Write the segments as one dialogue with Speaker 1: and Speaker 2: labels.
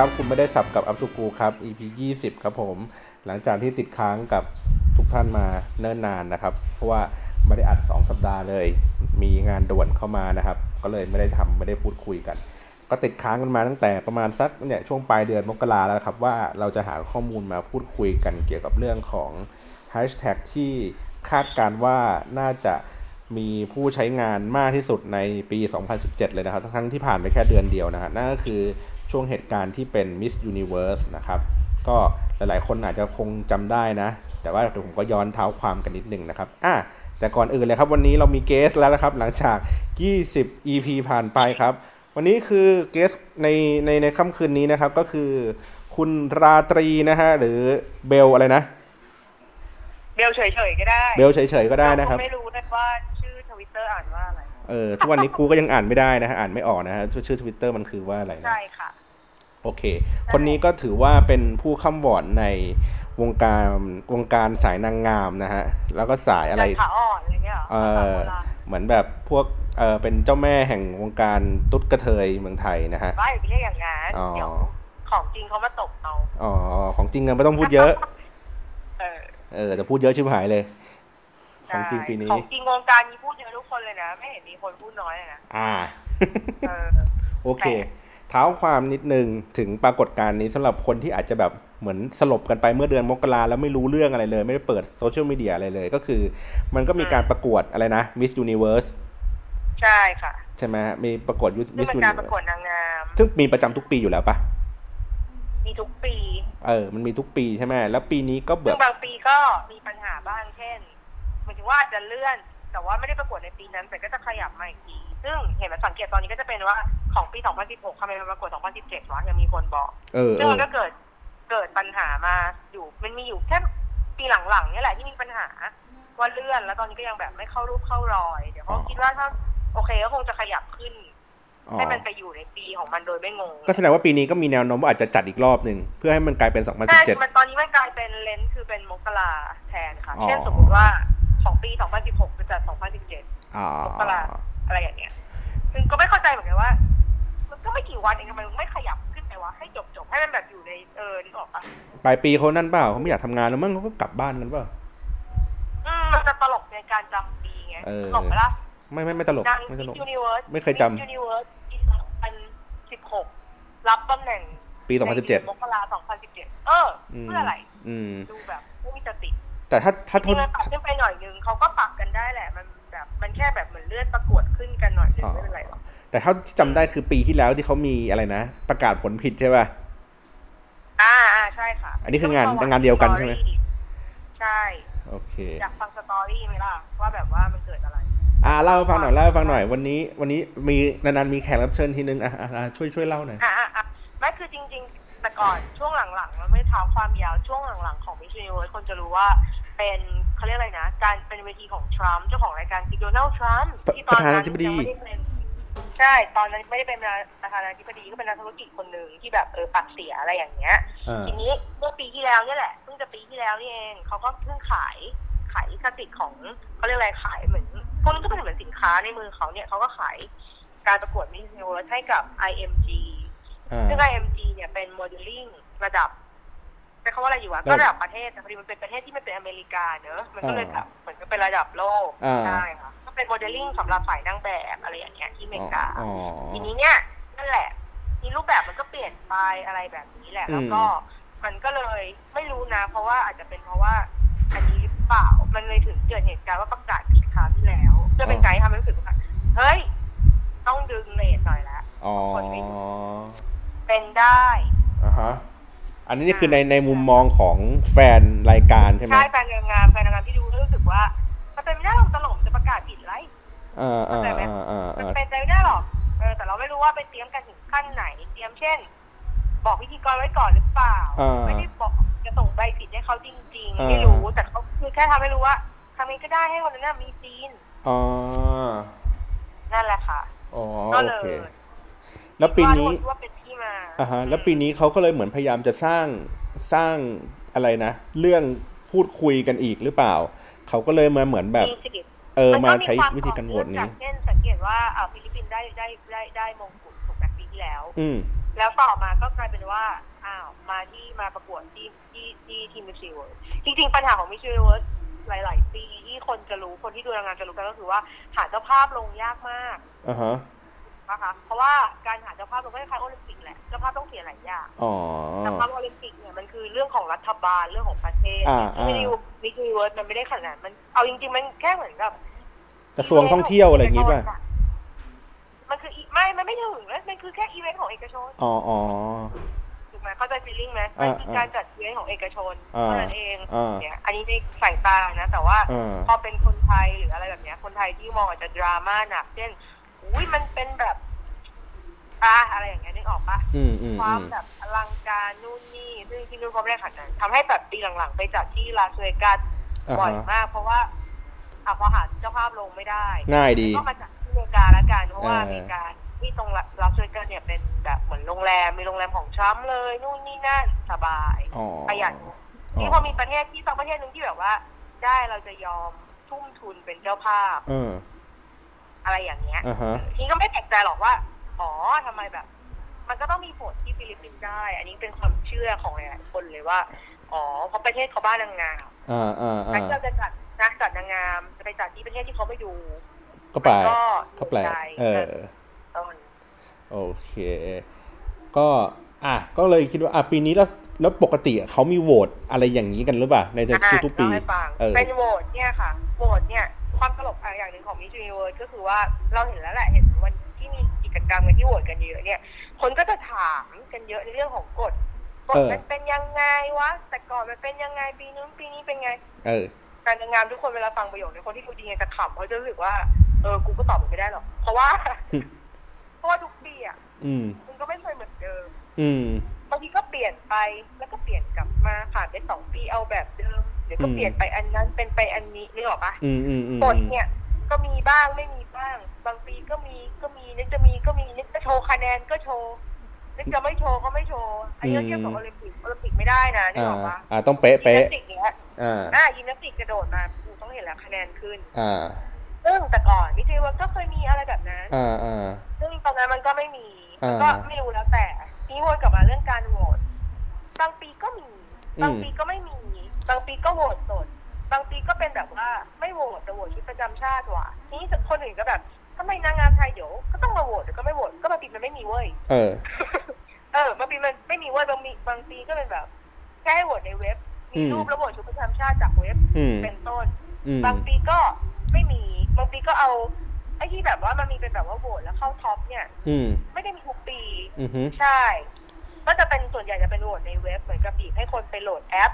Speaker 1: ครับ คุณไม่ได้สับกับอัพทูกูครับ EP 20 ครับผม หลังจากที่ติดค้างกับทุกท่านมาเนิ่นนานนะครับ เพราะว่าไม่ได้อัด 2 สัปดาห์เลย มีงานด่วนเข้ามานะครับ ก็เลยไม่ได้ทำไม่ได้พูดคุยกัน ก็ติดค้างกันมาตั้งแต่ประมาณสักเนี่ยช่วงปลายเดือนมกราแล้วครับ ว่าเราจะหาข้อมูลมาพูดคุยกันเกี่ยวกับเรื่องของแฮชแท็กที่คาดการณ์ว่าน่าจะมีผู้ใช้งานมากที่สุดในปี 2017 เลยนะครับทั้งๆที่ผ่านไปแค่เดือนเดียวนะฮะนั่นก็คือช่วงเหตุการณ์ที่เป็น Miss Universe นะครับ ก็หลายๆ คนอาจจะคงจำได้นะ แต่ว่าเดี๋ยวผมก็ย้อนเท้าความกันนิดนึงนะครับอ่ะแต่ก่อนอื่นเลยครับ วันนี้เรามีเกสแล้วนะครับ หลังจาก 20 EP ผ่านไปครับ วันนี้คือเกสในในในค่ำคืนนี้นะครับ ก็คือคุณราตรีนะฮะหรือเบลอะไรนะ
Speaker 2: เบลเฉยๆก็ได้
Speaker 1: เบลเฉยๆก็ได้นะครับ
Speaker 2: เาก็ไม่รู้นะว่าชื่อทวิตเตอร์อ่านว่าอะไร
Speaker 1: เออทุกวัน นี้กูก็ยังอ่านไม่ได้นะฮะอ่านไม่ออกนะฮะชื่อทวิตเตอร์มันคือว่าอะไรนะ
Speaker 2: ใช่ค่ะ
Speaker 1: โอเค คนนี้ก็ถือว่าเป็นผู้ข้าวอดในวงการวงการสายนางงามนะฮะ แล้วก็สายอะไร
Speaker 2: ขาอ่อนอะไรเงี้ยหร
Speaker 1: เอ
Speaker 2: ขา
Speaker 1: อ
Speaker 2: โบราณ
Speaker 1: เหมือนแบบพวกเออเป็นเจ้าแม่แห่งวงการตุ๊ดกระเทยเมืองไทยนะฮะ
Speaker 2: ว่าอย่าไปเรียกอย่างงั้น
Speaker 1: อ๋อ
Speaker 2: เดี๋ยวของจริงเขามาตบเรา
Speaker 1: อ๋อ ของจริงอะไม่ต้องพูดเยอะ
Speaker 2: เออ
Speaker 1: เออแต่พูดเยอะชิบหายเลย ของจริง
Speaker 2: ใช่
Speaker 1: ปีนี้
Speaker 2: ของจริงวงการนี้พูดเยอะทุกคนเลยนะ ไม่เห็นมีคนพูดน้อยเลยนะ
Speaker 1: อ่า
Speaker 2: เออ
Speaker 1: โอเค
Speaker 2: แต่
Speaker 1: เท้าความนิดนึงถึงปรากฏการณ์นี้สำหรับคนที่อาจจะแบบเหมือนสลบกันไปเมื่อเดือนมกราแล้วไม่รู้เรื่องอะไรเลย ไม่ได้เปิดโซเชียลมีเดียอะไรเลย ก็คือ มันก็มีการประกวดอะไรนะ Miss Universe
Speaker 2: ใช่ค่ะ
Speaker 1: ใช่ไหมฮะมีประกวด
Speaker 2: ซึ่ง
Speaker 1: Miss
Speaker 2: เป็นการประกว
Speaker 1: Universe
Speaker 2: ดนางงาม
Speaker 1: ซึ่งมีประจำทุกปีอยู่แล้วปะ
Speaker 2: มีทุกปี
Speaker 1: เออ มันมีทุกปีใช่ไหมแล้วปีนี้ก็แบ
Speaker 2: ซึ่
Speaker 1: บ
Speaker 2: งบางปีก็มีปัญหาบ้างเช่นหมายถึงว่าอาจจะเลื่อน แต่ว่าไม่ได้ประกวดในปีนั้น แต่ก็จะขยับมาอีกทีซึ่งเห็นไหมสังเกตตอนนี้ก็จะเป็นว่าของปี 2016ทำไมมันประกวด 2017วะยังมีคนบอก
Speaker 1: เออเอ
Speaker 2: ซึ่ง
Speaker 1: อ
Speaker 2: มันก็เกิดเกิดปัญหามาอยู่ มันมีอยู่แค่ปีหลังๆเนี่ยแหละที่มีปัญหาว่าเลื่อนแล้วตอนนี้ก็ยังแบบไม่เข้ารูปเข้ารอย เดี๋ยว
Speaker 1: อ๋
Speaker 2: เขา
Speaker 1: อ
Speaker 2: คิดว่าถ้าโอเคก็คงจะขยับขึ้น
Speaker 1: อ๋อ
Speaker 2: ให้มันไปอยู่ในปีของมันโดยไม่งง
Speaker 1: ก็แสดงว่าปีนี้ก็มีแนวโน้มว่าอาจจะจัดอีกรอบหนึ่งเพื่อให้มันกลายเป็น
Speaker 2: แต่
Speaker 1: 2017
Speaker 2: มันตอนนี้มันกลายเป็นเลนส์คือเป็นมกราแทนค่ะ
Speaker 1: อ๋อ
Speaker 2: เช่นสมมติว่าของปี 2016จะจัด 2017
Speaker 1: อ๋อ
Speaker 2: มกรา อะไรอย่างเงี้ย ซึ่งก็ไม่เข้าใจเหมือนกันว่า มันก็ไม่กี่วันเองทำไมมันไม่ขยับขึ้นไปวะให้จบจบๆให้มันแบบอยู่ในเออนึกออกปะ
Speaker 1: ปลายปีเขานั่นเปล่าเขาไม่อยากทำงานแล้วมั้งเขาก็กลับบ้านกันเปล่า
Speaker 2: อืมมันจะตลกในการจำปีไง
Speaker 1: เออ
Speaker 2: ตลกไหมล่ะ
Speaker 1: ไม่ไม่ไม่ตลก
Speaker 2: นาง
Speaker 1: ไม่ตลก
Speaker 2: ยูนิเวิร์ส
Speaker 1: ไม่เคยจำ
Speaker 2: ยูนิเวิร์สปีสองพันสิบหกรับตำแหน่ง
Speaker 1: ปี 2017
Speaker 2: มกราสองพันสิบเจ็ดเอออ
Speaker 1: ม
Speaker 2: เพื่ออะไร
Speaker 1: อืม
Speaker 2: ดูแบบไม่มีสติ
Speaker 1: แต่ถ้าถ้า
Speaker 2: จ
Speaker 1: ท
Speaker 2: ริ
Speaker 1: น
Speaker 2: งๆมันปรับขึ้นไปหน่อยนึงเขาก็ปรับกันได้แหละ มันแบบมันแค่แบบเหมือนเลื่อนประกวดขึ้นกันหน่อยนึงไม่เป็นไรหรอก
Speaker 1: แต่เท่าที่จำได้คือปีที่แล้วที่เขามีอะไรนะ ประกาศผลผิดใช่ป่ะ
Speaker 2: อ่าอ่าใช่ค่ะ
Speaker 1: อันนี้คืองาน
Speaker 2: ต้ระวั
Speaker 1: งานเดียวกันใช่ไหม
Speaker 2: สตอรี่ใช่
Speaker 1: โอเค
Speaker 2: อยากฟังสตอรี่ไหมล่ะว่าแบบว่ามันเกิดอะไร
Speaker 1: อ่าเล่าให้ฟังหน่อยเล่าให้ฟังหน่อยวันนี้ วันนี้มีนานๆมีแขกรับเชิญทีนึงอ่ะอ่ะอ่ะช่วยช่วยเล่าหน่อย
Speaker 2: อ่ะอ่ะอ่ะไม่คือจริง ๆ แต่ก่อนช่วงหลังๆมันไม่เท้าความยาวช่วงหลังๆของมิชชันนีเวิร์คนจะรู้ว่าเป็นเขาเรียกอะไรนะ การเป็นเวทีของทรัมป์เจ้าของรายการซิโดนัลทรัมป์ที่ตอนนั้นยังไม่ได้เป็นใช่ ตอนนั้นไม่ได้เป็นประธานาธิบดีก็เป็นนักธุรกิจคนหนึ่งที่แบบเออปากเสียอะไรอย่างเงี้ย
Speaker 1: อ่า
Speaker 2: ทีนี้เมื่อปีที่แล้วเนี่ยแหละเพิ่งจะปีที่แล้วนี่เองเขาก็เพิ่งขายขายลิขสิทธิ์ของเขาเรียกอะไรขายเหมือนพวกนี้ก็เป็นเหมือนสินค้าในมือเขาเนี่ยเขาก็ขายการประกวดมิสยูนิเวิร์สให้กับ IMG
Speaker 1: อ่า
Speaker 2: ซึ่ง IMG เนี่ยเป็นโมเดลลิ่งระดับใช้คำว่าอะไรอยู่วะ
Speaker 1: ระดับ
Speaker 2: ก็ระดับประเทศแต่พอดีมันเป็นประเทศที่ไม่เป็นอเมริกาเนอะมันก็เลยแบบเหมือนกับเป็นระดับโลก
Speaker 1: อ่า
Speaker 2: ใช่ค่ะก็เป็นโมเดลลิ่งสำหรับฝ่ายนางแบบอะไรอย่างเงี้ยที่อเมริกา
Speaker 1: อ๋อ
Speaker 2: ทีนี้เนี่ยนั่นแหละทีรูปแบบมันก็เปลี่ยนไปอะไรแบบนี้แหละ
Speaker 1: อืม
Speaker 2: แล้วก็มันก็เลยไม่รู้นะ เพราะว่าอาจจะเป็นเพราะว่าอันนี้หรือเปล่ามันเลยถึงเกิดเหตุการณ์ว่าประกาศผิดคราวที่แล้วเพื่อเป็นไกด์ทำให้รู้สึกว่าเฮ้ย ต้องดึงเลทหน่อยละ
Speaker 1: อ๋อ
Speaker 2: เป็นได้
Speaker 1: อ่าฮะอันนี้นี่คือในในมุมมองของแฟนรายการใช่ไหม
Speaker 2: ใช่แฟนนางงามแฟนนางงามที่ดูแล้วรู้สึกว่ามันเป็นไม่ได้หรอกตลกจะประกาศผิดไร
Speaker 1: อ่าอ่าอ่าอ่า
Speaker 2: มัน
Speaker 1: อ่า
Speaker 2: เป็นไปไม่ได้หรอก เออ แต่เราไม่รู้ว่าไปเตรียมกันถึงขั้นไหน เตรียมเช่น บอกพิธีกรไว้ก่อนหรือเปล่า ไม่ได้บอกจะส่งใบผิดให้เขาจริงๆ ไม่รู้ แต่เขาคือแค่ทำให้รู้ว่าทำเองก็ได้ให้วันนั้นนะมีซีน
Speaker 1: อ๋อ
Speaker 2: นั่นแหละค่ะ
Speaker 1: อ๋อ
Speaker 2: ก็
Speaker 1: โอ
Speaker 2: เล
Speaker 1: เค
Speaker 2: ย
Speaker 1: แล้วปีนี้
Speaker 2: ว่าเป็นที่มา
Speaker 1: อ่าฮะแล้วปีนี้เขาก็เลยเหมือนพยายามจะสร้างสร้างอะไรนะ เรื่องพูดคุยกันอีกหรือเปล่า เขาก็เลยมาเหมือนแบบ
Speaker 2: มีสิ
Speaker 1: เออ
Speaker 2: มัน
Speaker 1: มา
Speaker 2: ก็
Speaker 1: ใช้
Speaker 2: ควม
Speaker 1: วิธีการโหวต
Speaker 2: ต่อ
Speaker 1: นี้
Speaker 2: องจากเช่นสังเกตว่าอ่าฟิลิปปินส์ได้ได้ได้ได้มงกุฎถูกแบบปีที่แล้ว
Speaker 1: อืม
Speaker 2: แล้วต่อมาก็กลายเป็นว่าอ้าวมาที่มาประกวดที่ที่ที่ที่มิสซิเวิร์จริงๆ ปัญหาของมิสซิเวิร์หลาย ๆ ปีที่คนจะรู้คนที่ดูรายงานจะรู้กันก็คือว่าหาเจ้าภาพลงยากมาก
Speaker 1: อ่าฮะ
Speaker 2: นะคะเพราะว่าการหาเจ้าภาพลงก็คล้ายๆโอลิมปิกแหละเจ้าภาพต้องเสียหลายอย่าง
Speaker 1: อ๋อ
Speaker 2: สภาพโอลิมปิกเนี่ยมันคือเรื่องของรัฐบาลเรื่องของประเทศ
Speaker 1: อ่าอ่า
Speaker 2: ไม่ได้อยู่มิสยูเวิร์สมันไม่ได้ขนาดนั้นมันเอาจริงๆ มันแค่เหมือนกับ
Speaker 1: กระทรวงท่องเที่ยวอะไรอย่างงี้ป่ะ
Speaker 2: มันคืออีไม่มันไม่ถึงนะมันคือแค่อีเวนต์ของเอกชน
Speaker 1: อ๋ออ๋อ
Speaker 2: ถูกไหมเข้าใจฟีลลิ่งไหมมันคือ
Speaker 1: อ่า
Speaker 2: การจัดอีเวนต์ของเอกชน
Speaker 1: อ่า
Speaker 2: เท่านั้นเอง
Speaker 1: อ่า
Speaker 2: เนี่ยอันนี้ในสายตานะ แต่ว่า
Speaker 1: อ่า
Speaker 2: พอเป็นคนไทยหรืออะไรแบบเนี้ย คนไทยที่มองอาจจะดราม่าหนักเช่นอุ้ยมันเป็นแบบอ่าอะไรอย่างเงี้ยนึกออกปะ
Speaker 1: อืมอืม
Speaker 2: ควา
Speaker 1: อื
Speaker 2: ม
Speaker 1: ม
Speaker 2: แบบอลังการนู่นนี่ซึ่งที่นู่นก็ไม่ได้ขนาดนั้นทำให้แบบปีหลังๆ ไปจัดที่ลาสเวกัส
Speaker 1: อ่า
Speaker 2: บ่อย
Speaker 1: ฮะ
Speaker 2: มาก เพราะว่าอะพอหาเจ้าภาพลงไม่ได้
Speaker 1: ง่ายดี
Speaker 2: ก็มาจัดที่อเมริกาละกันเพราะว่า
Speaker 1: เออ
Speaker 2: อเมริกาที่ตรงลาสเวกัสเนี่ยเป็นแบบเหมือนโรงแรมมีโรงแรมของทรัมป์เลยนู่นนี่นั่นสบาย
Speaker 1: อ๋อ
Speaker 2: ประหยัด
Speaker 1: อ๋อ
Speaker 2: นี่พอมีประเทศที่สักประเทศหนึ่งที่แบบว่า ได้เราจะยอมทุ่มทุนเป็นเจ้าภาพ
Speaker 1: เออ
Speaker 2: อะไรอย่างเงี้ย
Speaker 1: อ่าฮะ
Speaker 2: ทีก็ไม่แปลกใจหรอกว่า อ๋อทำไมแบบ มันก็ต้องมีผลที่ฟิลิปปินส์ได้ อันนี้เป็นความเชื่อของหลายๆคนเลยว่า อ๋อ เพราะประเทศเขาบ้านนางงาม
Speaker 1: อ่าอ่าอ่า
Speaker 2: การที่เราจะจัดนักจัดนางงามจะไปจัดที่ประเทศที่เขาไม่ดู
Speaker 1: ก็แปลก
Speaker 2: ก็
Speaker 1: ก็แปลก
Speaker 2: ใจ
Speaker 1: เออ
Speaker 2: ต้น
Speaker 1: โอเค ก็อ่ะก็เลยคิดว่าอ่ะปีนี้แล้วแล้วปกติเขามีโหวตอะไรอย่างนี้กันหรือเปล่าใน
Speaker 2: อ่ะ
Speaker 1: ทุกๆปี
Speaker 2: เล่าให้ฟัง
Speaker 1: เออ
Speaker 2: เป็นโหวตเนี่ยค่ะ โหวตเนี่ย ความตลกอ่ะอย่างหนึ่งของมิจูนิเวิร์ก็คือว่าเราเห็นแล้วแหละ เห็นวันที่มีกิจกรรมกันที่โหวตกันเยอะเนี่ย คนก็จะถามกันเยอะในเรื่องของกฎ กฎ
Speaker 1: เออ
Speaker 2: มันเป็นยังไงวะ แต่ก่อนมันเป็นยังไงปีนู้นปีนี้เป็นไง
Speaker 1: เออ
Speaker 2: การงานทุกคนเวลาฟังประโยคในยคนที่ดูจริงๆจะขำเขาจะรู้สึกว่าเออกูก็ตอบมึงไม่ได้หรอกเพราะว่า
Speaker 1: อืม
Speaker 2: เพราะว่าทุกปีอ่ะ
Speaker 1: อืม
Speaker 2: มึงก็ไม่เคยเหมือนเดิม
Speaker 1: อืม
Speaker 2: บางทีก็เปลี่ยนไปแล้วก็เปลี่ยนกลับมาผ่านไปสองปีเอาแบบเดิมเดี๋ยวก็
Speaker 1: อืม
Speaker 2: เปลี่ยนไปอันนั้นเป็นไปอันนี้นึกออกปะ
Speaker 1: อืมอืมอืม
Speaker 2: กฎเนี่ย ก็มีบ้างไม่มีบ้าง บางปีก็มีก็มีนึกจะมีก็มีนึกจะโชว์คะแนนก็โชว์นึกจะไม่โชว์ก็ไม่โชว์อันนี้ก็เทียบกับโอลิมปิกโอลิมปิกไม่ได้นะนึก
Speaker 1: อ่า
Speaker 2: ออกปะ
Speaker 1: อ่าต้องเป๊ะ
Speaker 2: ยิม
Speaker 1: เป๊ะ
Speaker 2: นาสติกเนี้ย
Speaker 1: อ่า
Speaker 2: อ่ายิมนาสติกกระโดดมากูต้องเห็นแล้วคะแนนขึ้น
Speaker 1: อ่า
Speaker 2: ซึ่งแต่ก่อนมิจิเวิร์กก็เคยมีอะไรแบบนั้น
Speaker 1: อ่าอ่า
Speaker 2: ซึ่งตอนนั้นมันก็ไม่มี
Speaker 1: อ่า
Speaker 2: ก็ไม่รู้แล้วแต่นี่วนกลับมาเรื่องการโหวตบางปีก็มี
Speaker 1: อืม
Speaker 2: บางปีก็ไม่มี บางปีก็โหวตสด บางปีก็เป็นแบบว่าไม่โหวตแต่โหวตชุดประจำชาติว่ะทีนี้คนอื่นก็แบบทำไมนางงามไทยเดี๋ยวก็ต้องมาโหวตเดี๋ยวก็ไม่โหวตก็บางปีมันไม่มีเว้ย
Speaker 1: เออ
Speaker 2: เออบางปีมันไม่มีเว้ยบางปีบางปีก็เป็นแบบแค่ให้โหวตในเว็บ มี
Speaker 1: อืม
Speaker 2: รูประโหวตชุดประจำชาติจากเว็บ
Speaker 1: อืม
Speaker 2: เป็นต้น
Speaker 1: อืม
Speaker 2: บางปีก็ไม่มี บางปีก็เอาไอ้ที่แบบว่ามันมีเป็นแบบว่าโหวตแล้วเข้าท็อปเนี่ย
Speaker 1: อืม
Speaker 2: ไม่ได้มีทุกปี
Speaker 1: อืมฮึ
Speaker 2: ใช่ ก็จะเป็นส่วนใหญ่จะเป็นโหวตในเว็บเหมือนกับบีบให้คนไปโหลดแอป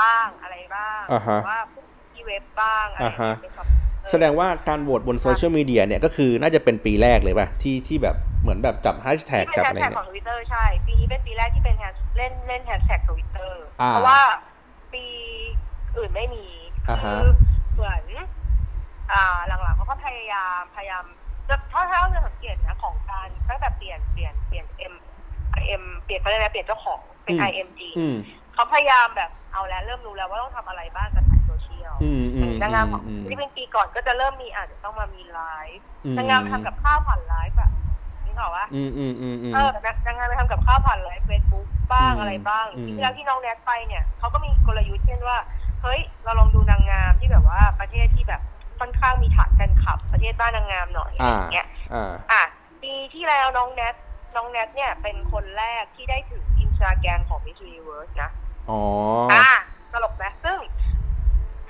Speaker 2: บ้างอะไรบ้าง
Speaker 1: อ่าฮะ
Speaker 2: หรือว่าพวกที่เว็บบ้างอะไร
Speaker 1: อ่าฮะ
Speaker 2: เป็นแบบเออ
Speaker 1: แสดงว่าการโหวตบนโซเชียลมีเดียเนี่ยก็คือน่าจะเป็นปีแรกเลยป่ะ ที่ที่แบบเหมือนแบบจับแฮชแท็ก
Speaker 2: ที่เป็
Speaker 1: จับ
Speaker 2: น
Speaker 1: อะไร
Speaker 2: แฮชแท็กข
Speaker 1: เนี่
Speaker 2: อย งทวิตเตอร์ใช่ ปีนี้เป็นปีแรกที่เป็นแฮชเล่นเล่นแฮชแท็กทวิตเตอร์
Speaker 1: อ่า
Speaker 2: เพราะว่าปีอื่นไม่มี
Speaker 1: อ่าฮะ
Speaker 2: คือเหมือนอ่าหลังๆเขาก็พยายามพยายามจะเท่าๆเราจะสังเกตนะของการตั้งแต่เปลี่ยนเปลี่ยนเปลี่ยน M M เปลี่ยนไปเลยนะเปลี่ยนเจ้าของเป็น IMG
Speaker 1: อืม
Speaker 2: เขาพยายามแบบเอาแล้วเริ่มรู้แล้วว่าต้องทำอะไรบ้างกับสายโซเชียล
Speaker 1: อืมอืม
Speaker 2: นางงามของ
Speaker 1: อืม
Speaker 2: ที่เป็นปีก่อนก็จะเริ่มมีอาจจะต้องมามีไลฟ์
Speaker 1: อืม
Speaker 2: นางงามทำกับข้าวผ่านไลฟ์อะนึกออกปะ
Speaker 1: อืมอืมอืมอืม
Speaker 2: เออนางนางงามไปทำกับข้าวผ่านไลฟ์เฟซบุ๊กบ้าง
Speaker 1: อืม
Speaker 2: อะไรบ้าง
Speaker 1: อืม
Speaker 2: ที่แล้วที่น้องแนทไปเนี่ยเขาก็มีกลยุทธ์เช่นว่าเฮ้ยเราลองดูนางงามที่แบบว่าประเทศที่แบบค่อนข้างมีฐานแฟนคลับ ประเทศบ้านนางงามหน่อยอะไร
Speaker 1: อ่า
Speaker 2: อย่างเงี้ย
Speaker 1: อ่า
Speaker 2: อ่ะปีที่แล้วน้องแนทน้องแนทเนี่ยเป็นคนแรกที่ได้ถึงอินสตาแกรมของ Miss Universe นะ
Speaker 1: อ๋อ
Speaker 2: อ่าตลกไหมซึ่ง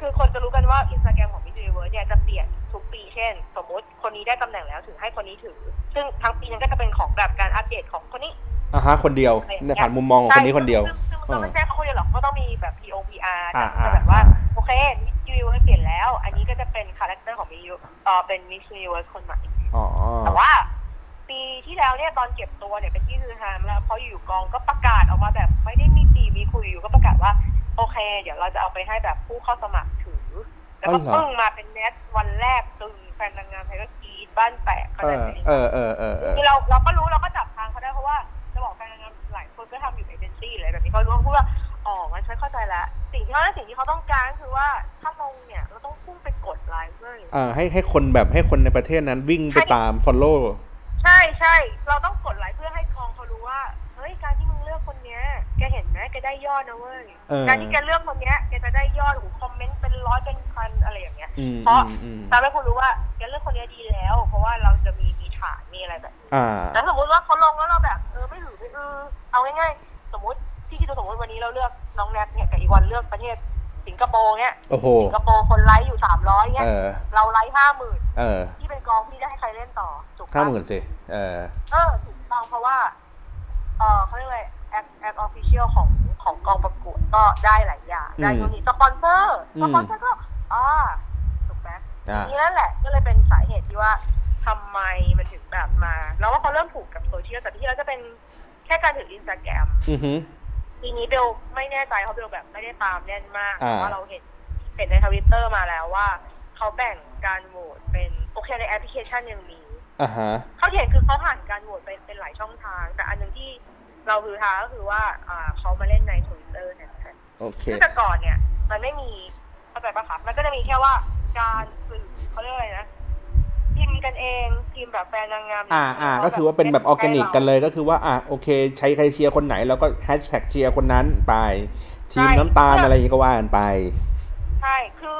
Speaker 2: คือคนจะรู้กันว่าอินสตาแกรมของ Miss Universe เนี่ยจะเปลี่ยนทุกปีเช่น สมมติคนนี้ได้ตำแหน่งแล้วถึงให้คนนี้ถือ ซึ่งทั้งปีนั้นก็จะเป็นของแบบการอัปเดตของคนนี้
Speaker 1: อ่ะฮะคนเดียว
Speaker 2: อะไรอย่างเงี้
Speaker 1: ใน
Speaker 2: ย
Speaker 1: ผ่านมุมมองของคนนี้คนเดียว
Speaker 2: ซึ่งซึ่งซึ่งมันก็ไม่ใช่คนเดียวหรอกก็ต้องมีแบบ POPR
Speaker 1: อ่า
Speaker 2: แต่แบบ
Speaker 1: อ่า
Speaker 2: ว่า
Speaker 1: อ่า
Speaker 2: โอเค Miss Universe เปลี่ยนแล้ว อันนี้ก็จะเป็นคาแรคเตอร์ของ Miss Universe เอ่อเป็น Miss Universe คนใหม่
Speaker 1: อ๋อ
Speaker 2: แต่ว่า ปีที่แล้วเนี่ยตอนเก็บตัวเนี่ยเป็นที่ฮือฮามากแล้วเพราะอยู่กองก็ประกาศออกมาแบบไม่ได้มีปีมีคุยอยู่ก็ประกาศว่า โอเค เดี๋ยวเราจะเอาไปให้แบบผู้เข้าสมัครถือ แล้ว
Speaker 1: อ๋
Speaker 2: ก็
Speaker 1: อเหรอ
Speaker 2: ปึ้งมาเป็นเนตวันแรกตึงแฟนนางงามไทยก็กรีดบ้านแตกข
Speaker 1: เอ
Speaker 2: นาด
Speaker 1: อ
Speaker 2: นี้
Speaker 1: เออเออเออเออ
Speaker 2: คือเราเราก็รู้เราก็จับทางเขาได้เพราะว่าจะบอกแฟนนางงามหลายคนก็ทำอยู่เอเจนซี่อะไรแบบนี้เขารู้ว่าพูดว่าอ๋อมันฉันเข้าใจแล้วสิ่งที่เขาสิ่งที่เขาต้องการก็คือว่าถ้าลงเนี่ยเราต้องพุ่งไปกดไลค์เลย
Speaker 1: เออให้ให้คนแบบให้คนในประเทศนั้นวิ่งไปตาม follow
Speaker 2: ใช่ใช่เราต้องกดไลค์เพื่อให้กองเขารู้ว่า ได้ยอดนะเว้ย
Speaker 1: เออ
Speaker 2: การที่แกเลือกคนเนี้ยแกจะได้ยอดหูคอมเมนต์เป็นร้อยเป็นพันอะไรอย่างเงี้ย
Speaker 1: อืม
Speaker 2: เพราะ
Speaker 1: อืมอืม
Speaker 2: ทำให้คุณรู้ว่าแกเลือกคนเนี้ยดีแล้ว เพราะว่าเราจะมีมีฐานมีอะไรแบบนี้
Speaker 1: อ่า
Speaker 2: แต่สมมติว่าเขาลงแล้วเราแบบเออไม่หือไม่อือเอาง่ายๆ สมมติที่คิดดูสมมติวันนี้เราเลือกน้องแนทเนี่ยกับอีวันเลือกประเทศสิงคโปร์เนี่ย
Speaker 1: โอ้โห
Speaker 2: สิงคโปร์คนไลค์อยู่สามร้อยเนี่
Speaker 1: เอย อ
Speaker 2: เราไลค์ห้าหมื่น
Speaker 1: เออ
Speaker 2: ที่เป็นกองพี่จะให้ใครเล่นต่อถูก
Speaker 1: ห้าห
Speaker 2: ปะ
Speaker 1: มื่นสิ เออ
Speaker 2: เออถูกต้องเพราะว่า เออเขาเรียกอะไรแอคแอคออฟฟิเชียลของของกองประกวดก็ได้หลายอย่าง
Speaker 1: อืม
Speaker 2: ได้ตรงนี้สปอนเซอร์
Speaker 1: อืม
Speaker 2: สปอนเซอร์ก็อ่าถูกไหม
Speaker 1: อ่า
Speaker 2: นี่นั่นแหละ ก็เลยเป็นสาเหตุที่ว่าทำไมมันถึงแบบมาเราว่าเขาเริ่มผูกกับโซเชียลแต่ที่แล้วจะเป็นแค่การถืออินสตาแกรม
Speaker 1: อือฮึ
Speaker 2: ปีนี้เบลไม่แน่ใจเพราะเบลแบบไม่ได้ตามแน่นมาก
Speaker 1: อ่า
Speaker 2: แต่ว่าเราเห็นเห็นในทวิตเตอร์มาแล้วว่าเขาแบ่งการโหวตเป็นโอเคในแอปพลิเคชันยังมี
Speaker 1: อ่าฮะ
Speaker 2: เขาเห็นคือเขาผ่านการโหวตไปเป็นหลายช่องทาง แต่อันหนึ่งที่เราฮือฮาก็คือว่าอ่าเขามาเล่นในทวิตเตอร์นะคะ
Speaker 1: โอเค
Speaker 2: ซึ่งแต่ก่อนเนี่ย มันไม่มีเข้าใจปะคะมันก็จะมีแค่ว่าการสื่อเขาเรียกอะไรนะพิมพ์กันเองพิมพ์แบบแฟนนางงาม
Speaker 1: อ่าอ่า ก็คือว่าเป็นแบบออร์แกนิกกันเลยก็คือว่า อ่ะ โอเค ใช้ใครเชียร์คนไหน แล้วก็แฮชแท็กเชียร์คนนั้นไป ทีมน้ำตาลอะไรอย่างงี้ก็ว่ากันไป
Speaker 2: ใช่คือ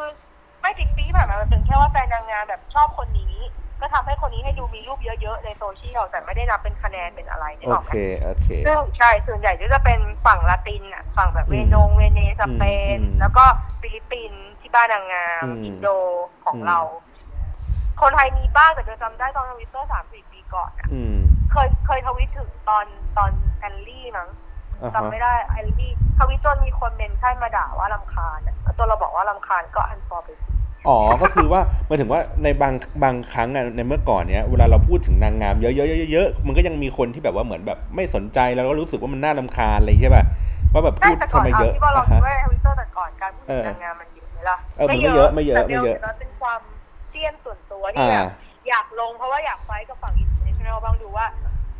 Speaker 2: ไม่ติดปีที่ผ่านมามันเป็นแค่ว่าแฟนนางงามแบบชอบคนนี้ ก็ทำให้คนนี้ให้ดูมีรูปเยอะๆในโซเชียลแต่ไม่ได้นับเป็นคะแนนเป็นอะไรนี่
Speaker 1: โอ
Speaker 2: ออกไหม
Speaker 1: เค โอเค
Speaker 2: ซึ่งใช่ส่วนใหญ่ก็จะเป็นฝั่งละตินอ่ะ ฝั่งแบบ
Speaker 1: อื
Speaker 2: เว
Speaker 1: ม
Speaker 2: นงเวเนสเปน
Speaker 1: อืม
Speaker 2: แล้วก็ฟิลิปปินส์ที่บ้านนางงาม
Speaker 1: อืม
Speaker 2: อินโดของ
Speaker 1: อืม
Speaker 2: เรา คนไทยมีบ้างแต่เดี๋ยวจำได้ตอนทวิตเตอร์สามสี่ปีก่อนอ่ะ
Speaker 1: อืม
Speaker 2: เคยเคยทวิตถึงตอนตอนแอลลี่มั้ง
Speaker 1: อ่าฮะ
Speaker 2: จำไม่ได้แอลลี่ทวิตจนมีคนเมนชั่นมาด่าว่าลำคาญอ่ะแล้วตัวเราบอกว่าลำคาญก็อันฟอร์ไป
Speaker 1: อ๋อ ก็คือว่าหมันถึงว่าในบางบางครั้งอะในเมื่อก่อนเนี้ยเวลาเราพูดถึงนางงามเยอะๆเยอะๆมันก็ยังมีคนที่แบบว่าเหมือนแบบไม่สนใจแล้วก็รู้สึกว่ามันน่าลำคาญอะไรอย่างเงี้ยใช่ป่ะว่าแบบ
Speaker 2: ได้
Speaker 1: พูด
Speaker 2: แต่ก่
Speaker 1: ทำ
Speaker 2: อน
Speaker 1: ไม
Speaker 2: เอา
Speaker 1: เยอะ
Speaker 2: ที่ว่าเรา
Speaker 1: อ่ะ
Speaker 2: คิด
Speaker 1: ฮะ
Speaker 2: ว่าทวิตเตอร์แต่ก่อนการพูด
Speaker 1: เอ
Speaker 2: ถึ
Speaker 1: อง
Speaker 2: นางงามมันเยอะไหมล่ะ
Speaker 1: เออมันไม่เยอะไม่เยอะ
Speaker 2: แต่
Speaker 1: ไม่เยอะ
Speaker 2: ดี๋วมันเป็นความเจียนส่วนตัวที่
Speaker 1: อ่า
Speaker 2: แบบอยากลงเพราะว่าอยากไฟท์กับฝั่งอินเตอร์เนชั่นแนลบ้างดูว่า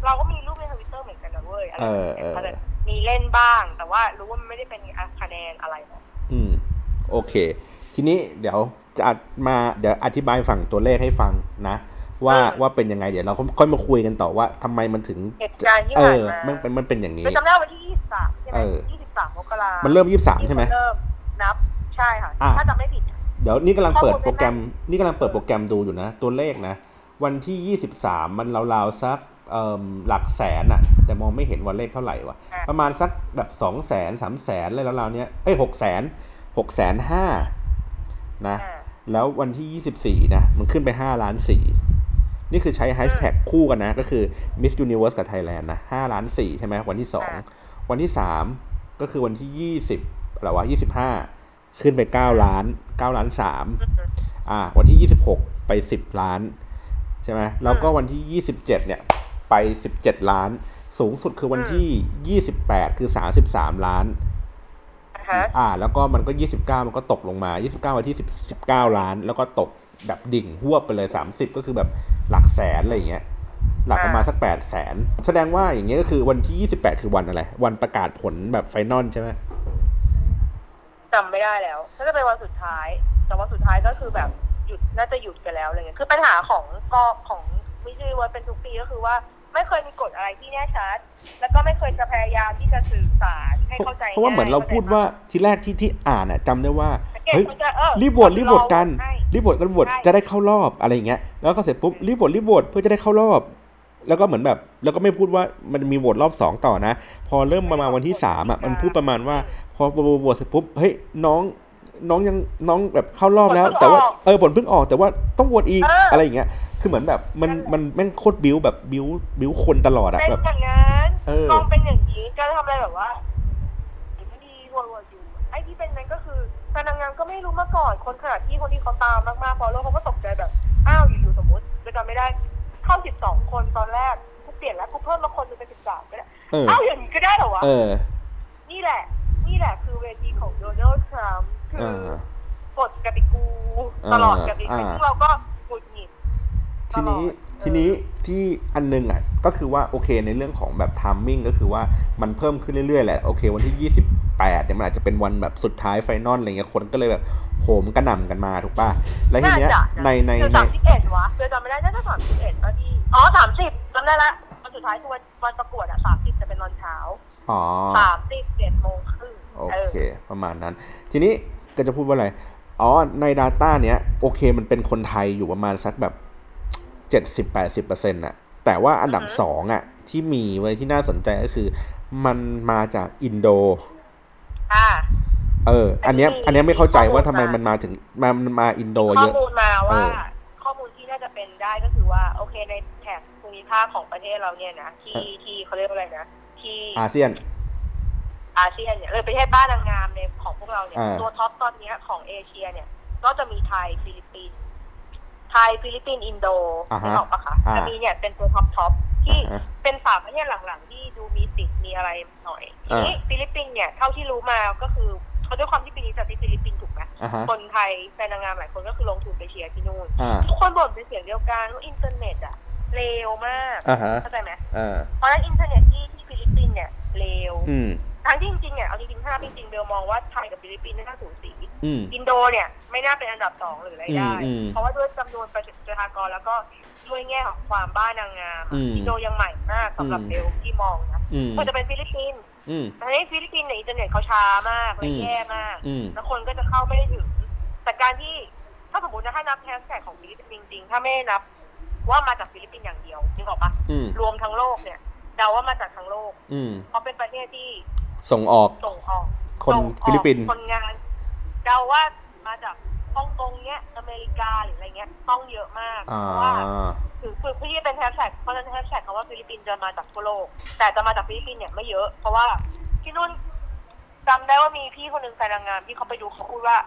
Speaker 2: เราก็มีรูปในทวิตเตอร์เหมือนกันนะเว้ยอะไร
Speaker 1: เออเออ
Speaker 2: แบบเนี้ยเขาเลยมีเล่นบ้าง แต่ว่ารู้ว่ามันไม่ได้เป็นคะแนนอะไรหรอก
Speaker 1: อืม โอเค ทีนี้เดี๋ยวจะอัดมาเดี๋ยวอธิบายฝั่งตัวเลขให้ฟังนะ ว่าว่าเป็นยังไงเดี๋ยวเราค่อยมาคุยกันต่อว่าทำไมมันถึง
Speaker 2: เหตุการณ์ที่
Speaker 1: เอ
Speaker 2: ผ่าน
Speaker 1: อมั
Speaker 2: มา
Speaker 1: นเป็นมันเป็นอย่างนี้
Speaker 2: เราจำได้วันที่ยี่สิบสามใช่ไหม
Speaker 1: เออ
Speaker 2: ยี่สิบสามมกรา
Speaker 1: มั
Speaker 2: มัน
Speaker 1: เริ่มยี่สิบสามใช่ไหม
Speaker 2: เริ่มนับใช่ค่ะ
Speaker 1: อ่ะ
Speaker 2: ถ้าจำไม่ผิด
Speaker 1: เดี๋ยวนี่กำลัง
Speaker 2: ข้อมูล
Speaker 1: เปิดโปรแกรม
Speaker 2: ไม่
Speaker 1: นี่กำลังเปิดโปรแกรมดูอยู่นะ ตัวเลขนะ วันที่ 23 มันราวๆสักเอิ่มหลักแสนอะแต่มองไม่เห็นวันเลขเท่าไหร่วะประมาณสักแบบ2 0 0 0 0 0 3 0 0 0 0อะไรราวๆเนี้ยเอ้ย6 0 0 0 0 6 0 0 0นะ
Speaker 2: อ่า
Speaker 1: แล้ววันที่ 24 นะ มันขึ้นไป 5 ล้าน4นี่คือใช้แฮชแท็กคู่กันนะ ก็คือ Miss Universe กับ Thailand นะ5ล้าน4ใช่ไหมวันที่
Speaker 2: อ่า
Speaker 1: 2 วันที่ 3 ก็คือวันที่ 20อะไรวะ25 ขึ้นไป 9 ล้าน 9 ล้าน
Speaker 2: อื
Speaker 1: 3
Speaker 2: ม
Speaker 1: อ่า วันที่ 26 ไป 10 ล้าน ใช่ไหมแล้วก็วันที่ 27 เนี่ย ไป 17 ล้าน สูงสุดคือวันที่ 28 คือ 33 ล้าน
Speaker 2: อ่ะฮะ
Speaker 1: อ่า แล้วก็มันก็ 29 มันก็ตกลงมา 29วันที่10 19 ล้าน แล้วก็ตกแบบดิ่งหวบไปเลย 30 ก็คือแบบหลักแสนอะไรอย่างเงี้ย หลักประมาณสัก 8 แสน แสดงว่าอย่างเงี้ยก็คือวันที่ 28 คือวันอะไร วันประกาศผลแบบไฟนอลใช่ไหม
Speaker 2: จำไม่ได้แล้วน่าจะเป็นวันสุดท้าย แต่วันสุดท้ายก็คือแบบหยุด น่าจะหยุดกันแล้วอะไรเงี้ย คือปัญหาของกอของมิจิวัเป็นทุกปีก็คือว่า ไม่เคยมีกฎอะไรที่แน่ชัด แล้วก็ไม่เคยจะพยายามที่จะสื่อสารให้เข้าใจ
Speaker 1: เพราะว่าเหมือนเราพูดว่า
Speaker 2: ง่ย
Speaker 1: ทีแรกที่ที่อ่านอ่ะจำได้ว่า
Speaker 2: เก่ง
Speaker 1: เฮ้ย
Speaker 2: เขาจะเออ
Speaker 1: รีบโหวตรีบโหวตกัน
Speaker 2: ให้
Speaker 1: รีบโหวตกันโหวต
Speaker 2: ใช่
Speaker 1: จะได้เข้ารอบอะไรอย่างเงี้ย แล้วก็เสร็จปุ๊บรีบโหวตรีบโหวตเพื่อจะได้เข้ารอบ แล้วก็เหมือนแบบ แล้วก็ไม่พูดว่ามันจะมีโหวตรอบสองต่อนะ พอเริ่มประมาณวันที่สามอ่ะมันพูดประมาณว่า พอโหวตโหวตโหวตเสร็จปุ๊บเฮ้ยน้องน้องยังน้องแบบเข้ารอบแล้ว
Speaker 2: ผลเพิ่ง
Speaker 1: แต่ว่า
Speaker 2: ออก
Speaker 1: เออผลเพิ่งออกแต่ว่าต้องโหวตอีก
Speaker 2: เอออ
Speaker 1: อะไรอย่างเงี้ยคือเหมือนแบบมันมันแม่งโคตรบิ้วแบบบิ้วบิ้วคนตลอดอะ
Speaker 2: เป็น
Speaker 1: แบบ
Speaker 2: อย่างนั้น
Speaker 1: เออ
Speaker 2: กองเป็นอย่างนี้ก็ทำอะไรแบบว่าอยู่ไม่ดีวนๆอยู่ ไอ้ที่เป็นนั้นก็คือแฟนนางงามก็ไม่รู้มาก่อน คนขนาดที่คนที่เขาตามมากๆพอโลกเขาก็ตกใจแบบ อ้าวอยู่ๆสมมติจะจำไม่ได้ เข้าสิบสองคนตอนแรก กูเปลี่ยนแล้วกูเพิ่มมาคนจะเป็นสิบสามก็ได้
Speaker 1: เออ
Speaker 2: เอ้าวอย่างนี้ก็ได้เหรอวะ
Speaker 1: เออ
Speaker 2: นี่แหละ นี่แหละคือเวทีของโดนัลด์ทรัมป์คื
Speaker 1: เอ
Speaker 2: อ
Speaker 1: อ
Speaker 2: กฎกติกูตลอดกติกา
Speaker 1: อ่า
Speaker 2: ซึ่งเราก็หงุดหงิด
Speaker 1: ทีนี้
Speaker 2: ตลอดเออ
Speaker 1: ทีนี้ที่อันนึงอ่ะก็คือว่าโอเคในเรื่องของแบบทามมิ่งก็คือว่ามันเพิ่มขึ้นเรื่อยๆแหละโอเค วันที่ 28เนี่ยมันอาจจะเป็นวันแบบสุดท้ายไฟนอลอะไรเงี้ยคนก็เลยแบบโหมกระหน่ำกันมาถูกป่ะแล้วทีเนี้ย
Speaker 2: น่าจะะ
Speaker 1: ในใน
Speaker 2: เดือน
Speaker 1: ใน
Speaker 2: สามสิบเอ็ดวะเดือนจำไม่ได้น่าจะสามสิบเอ็ดป่ะพี่อ๋อสามสิบจำได้ละวันสุดท้ายคือวันวันประกวดอะสามสิบจะเป็นตอนเช้า
Speaker 1: อ๋อ
Speaker 2: สามสิบเจ็ดโมงครึ่ง
Speaker 1: โอ
Speaker 2: เออ
Speaker 1: เค ประมาณนั้น ทีนี้ก็จะพูดว่าอะไร อ๋อ ใน Data เนี้ย โอเคมันเป็นคนไทยอยู่ประมาณสักแบบเจ็ดสิบแปดสิบเปอร์เซ็นต์ะแต่ว่าอันดับสองอะที่มีไว้ยที่น่าสนใจก็คือ มันมาจากอินโด
Speaker 2: อ่า
Speaker 1: เออ อันเนี้ย อันเนี้ยไม่เข้าใจว่าทำไมมันมาถึงมามันมาอินโด
Speaker 2: ข้
Speaker 1: เย
Speaker 2: อ
Speaker 1: อะ
Speaker 2: มูลมาว่า
Speaker 1: เออ
Speaker 2: ข้อมูลที่น่าจะเป็นได้ก็คือว่าโอเคในแถบภูมิภาคของประเทศเราเนี่ยนะที่
Speaker 1: เออ
Speaker 2: ที่เขาเรียกว่าอะไรนะที่
Speaker 1: อาเซียน
Speaker 2: อาเซียนเนี่ยเลยประเทศบ้านนางงามในของพวกเราเนี่ย
Speaker 1: อ่า
Speaker 2: ตัวท็อปตอนเนี้ยของเอเชียเนี่ย ก็จะมีไทยฟิลิปปินส์ไทยฟิลิปปินส์อินโด
Speaker 1: อ่าฮะ
Speaker 2: นึกออกปะคะ
Speaker 1: อ่า
Speaker 2: จะมีเนี่ยเป็นตัวท็อปท็อปที่
Speaker 1: อ่า
Speaker 2: เป็นสามประเทศหลังๆ ที่ดูมีติดมีอะไรหน่อยที
Speaker 1: อ่า
Speaker 2: นี้ฟิลิปปินส์เนี่ยเท่าที่รู้มาก็คือเขาด้วยความที่ปีนี้จัดที่ฟิลิปปินส์ถูกไหม
Speaker 1: อ่าฮะ
Speaker 2: คนไทยแฟนนางงามหลายคนก็คือลงทุนไปเชียร์ที่นู่น
Speaker 1: อ่า
Speaker 2: ทุกคนบ่นเป็นเสียงเดียวกันว่าอินเทอร์เน็ตอะเร็วมาก
Speaker 1: อ่าฮะ
Speaker 2: เข้าใจไหม
Speaker 1: อ่า
Speaker 2: เพราะฉะนั้นอินเทอร์เน็ตที่ที่ฟิลิปปินส์เนี่ยเร็ว
Speaker 1: อืม
Speaker 2: ทั้งที่จริงๆเนี่ยเอาจริงๆถ้าจริงๆเบลมองว่าไทยกับฟิลิปปินส์น่าสูสี
Speaker 1: อืม
Speaker 2: อินโดเนี่ยไม่น่าเป็นอันดับสองหรืออะไรได้
Speaker 1: อืมอืม
Speaker 2: เพราะว่าด้วยจำนวนประชากรแล้วก็ด้วยแง่ของความบ้านนางงาม
Speaker 1: อืม
Speaker 2: อินโดยังใหม่มากสำหรับ
Speaker 1: อืม
Speaker 2: เบลที่มองนะ
Speaker 1: อืม
Speaker 2: ควรจะเป็นฟิลิปปินส์
Speaker 1: อืม
Speaker 2: แต่ในฟิลิปปินส์เนี่ยอินเทอร์เน็ตเขาช้ามากและ
Speaker 1: อืม
Speaker 2: แย่มาก
Speaker 1: อืม
Speaker 2: แล้วคนก็จะเข้าไม่ได้ถึง แต่การที่ถ้าสมมตินะถ้านับแฮชแท็กของฟิลิปปินส์จริงๆ ถ้าไม่นับว่ามาจากฟิลิปปินส์อย่างเดียวนึกออกปะ
Speaker 1: อืม
Speaker 2: รวมทั้งโลกเนี่ยเดาว่ามาจากทั้งโลก
Speaker 1: อืม
Speaker 2: เพราะเป็นประเทศที่
Speaker 1: ส่งออก
Speaker 2: ส่งออก
Speaker 1: คน
Speaker 2: ส่งออก
Speaker 1: ฟิลิปปินส์
Speaker 2: คนงานเดาว่ามาจากฮ่องกงเนี้ยอเมริกาหรืออะไรเงี้ยต้องเยอะมากเพ
Speaker 1: อ่า
Speaker 2: ราะว่าถือคือพี่เป็นแฮชแท็กเพราะฉะนั้นแฮชแท็กคำว่าฟิลิปปินส์จะมาจากทั่วโลก แต่จะมาจากฟิลิปปินส์เนี่ยไม่เยอะ เพราะว่าที่นู่น จำได้ว่ามีพี่คนหนึ่งแฟนนางงามที่เขาไปดูเขาพูดว่า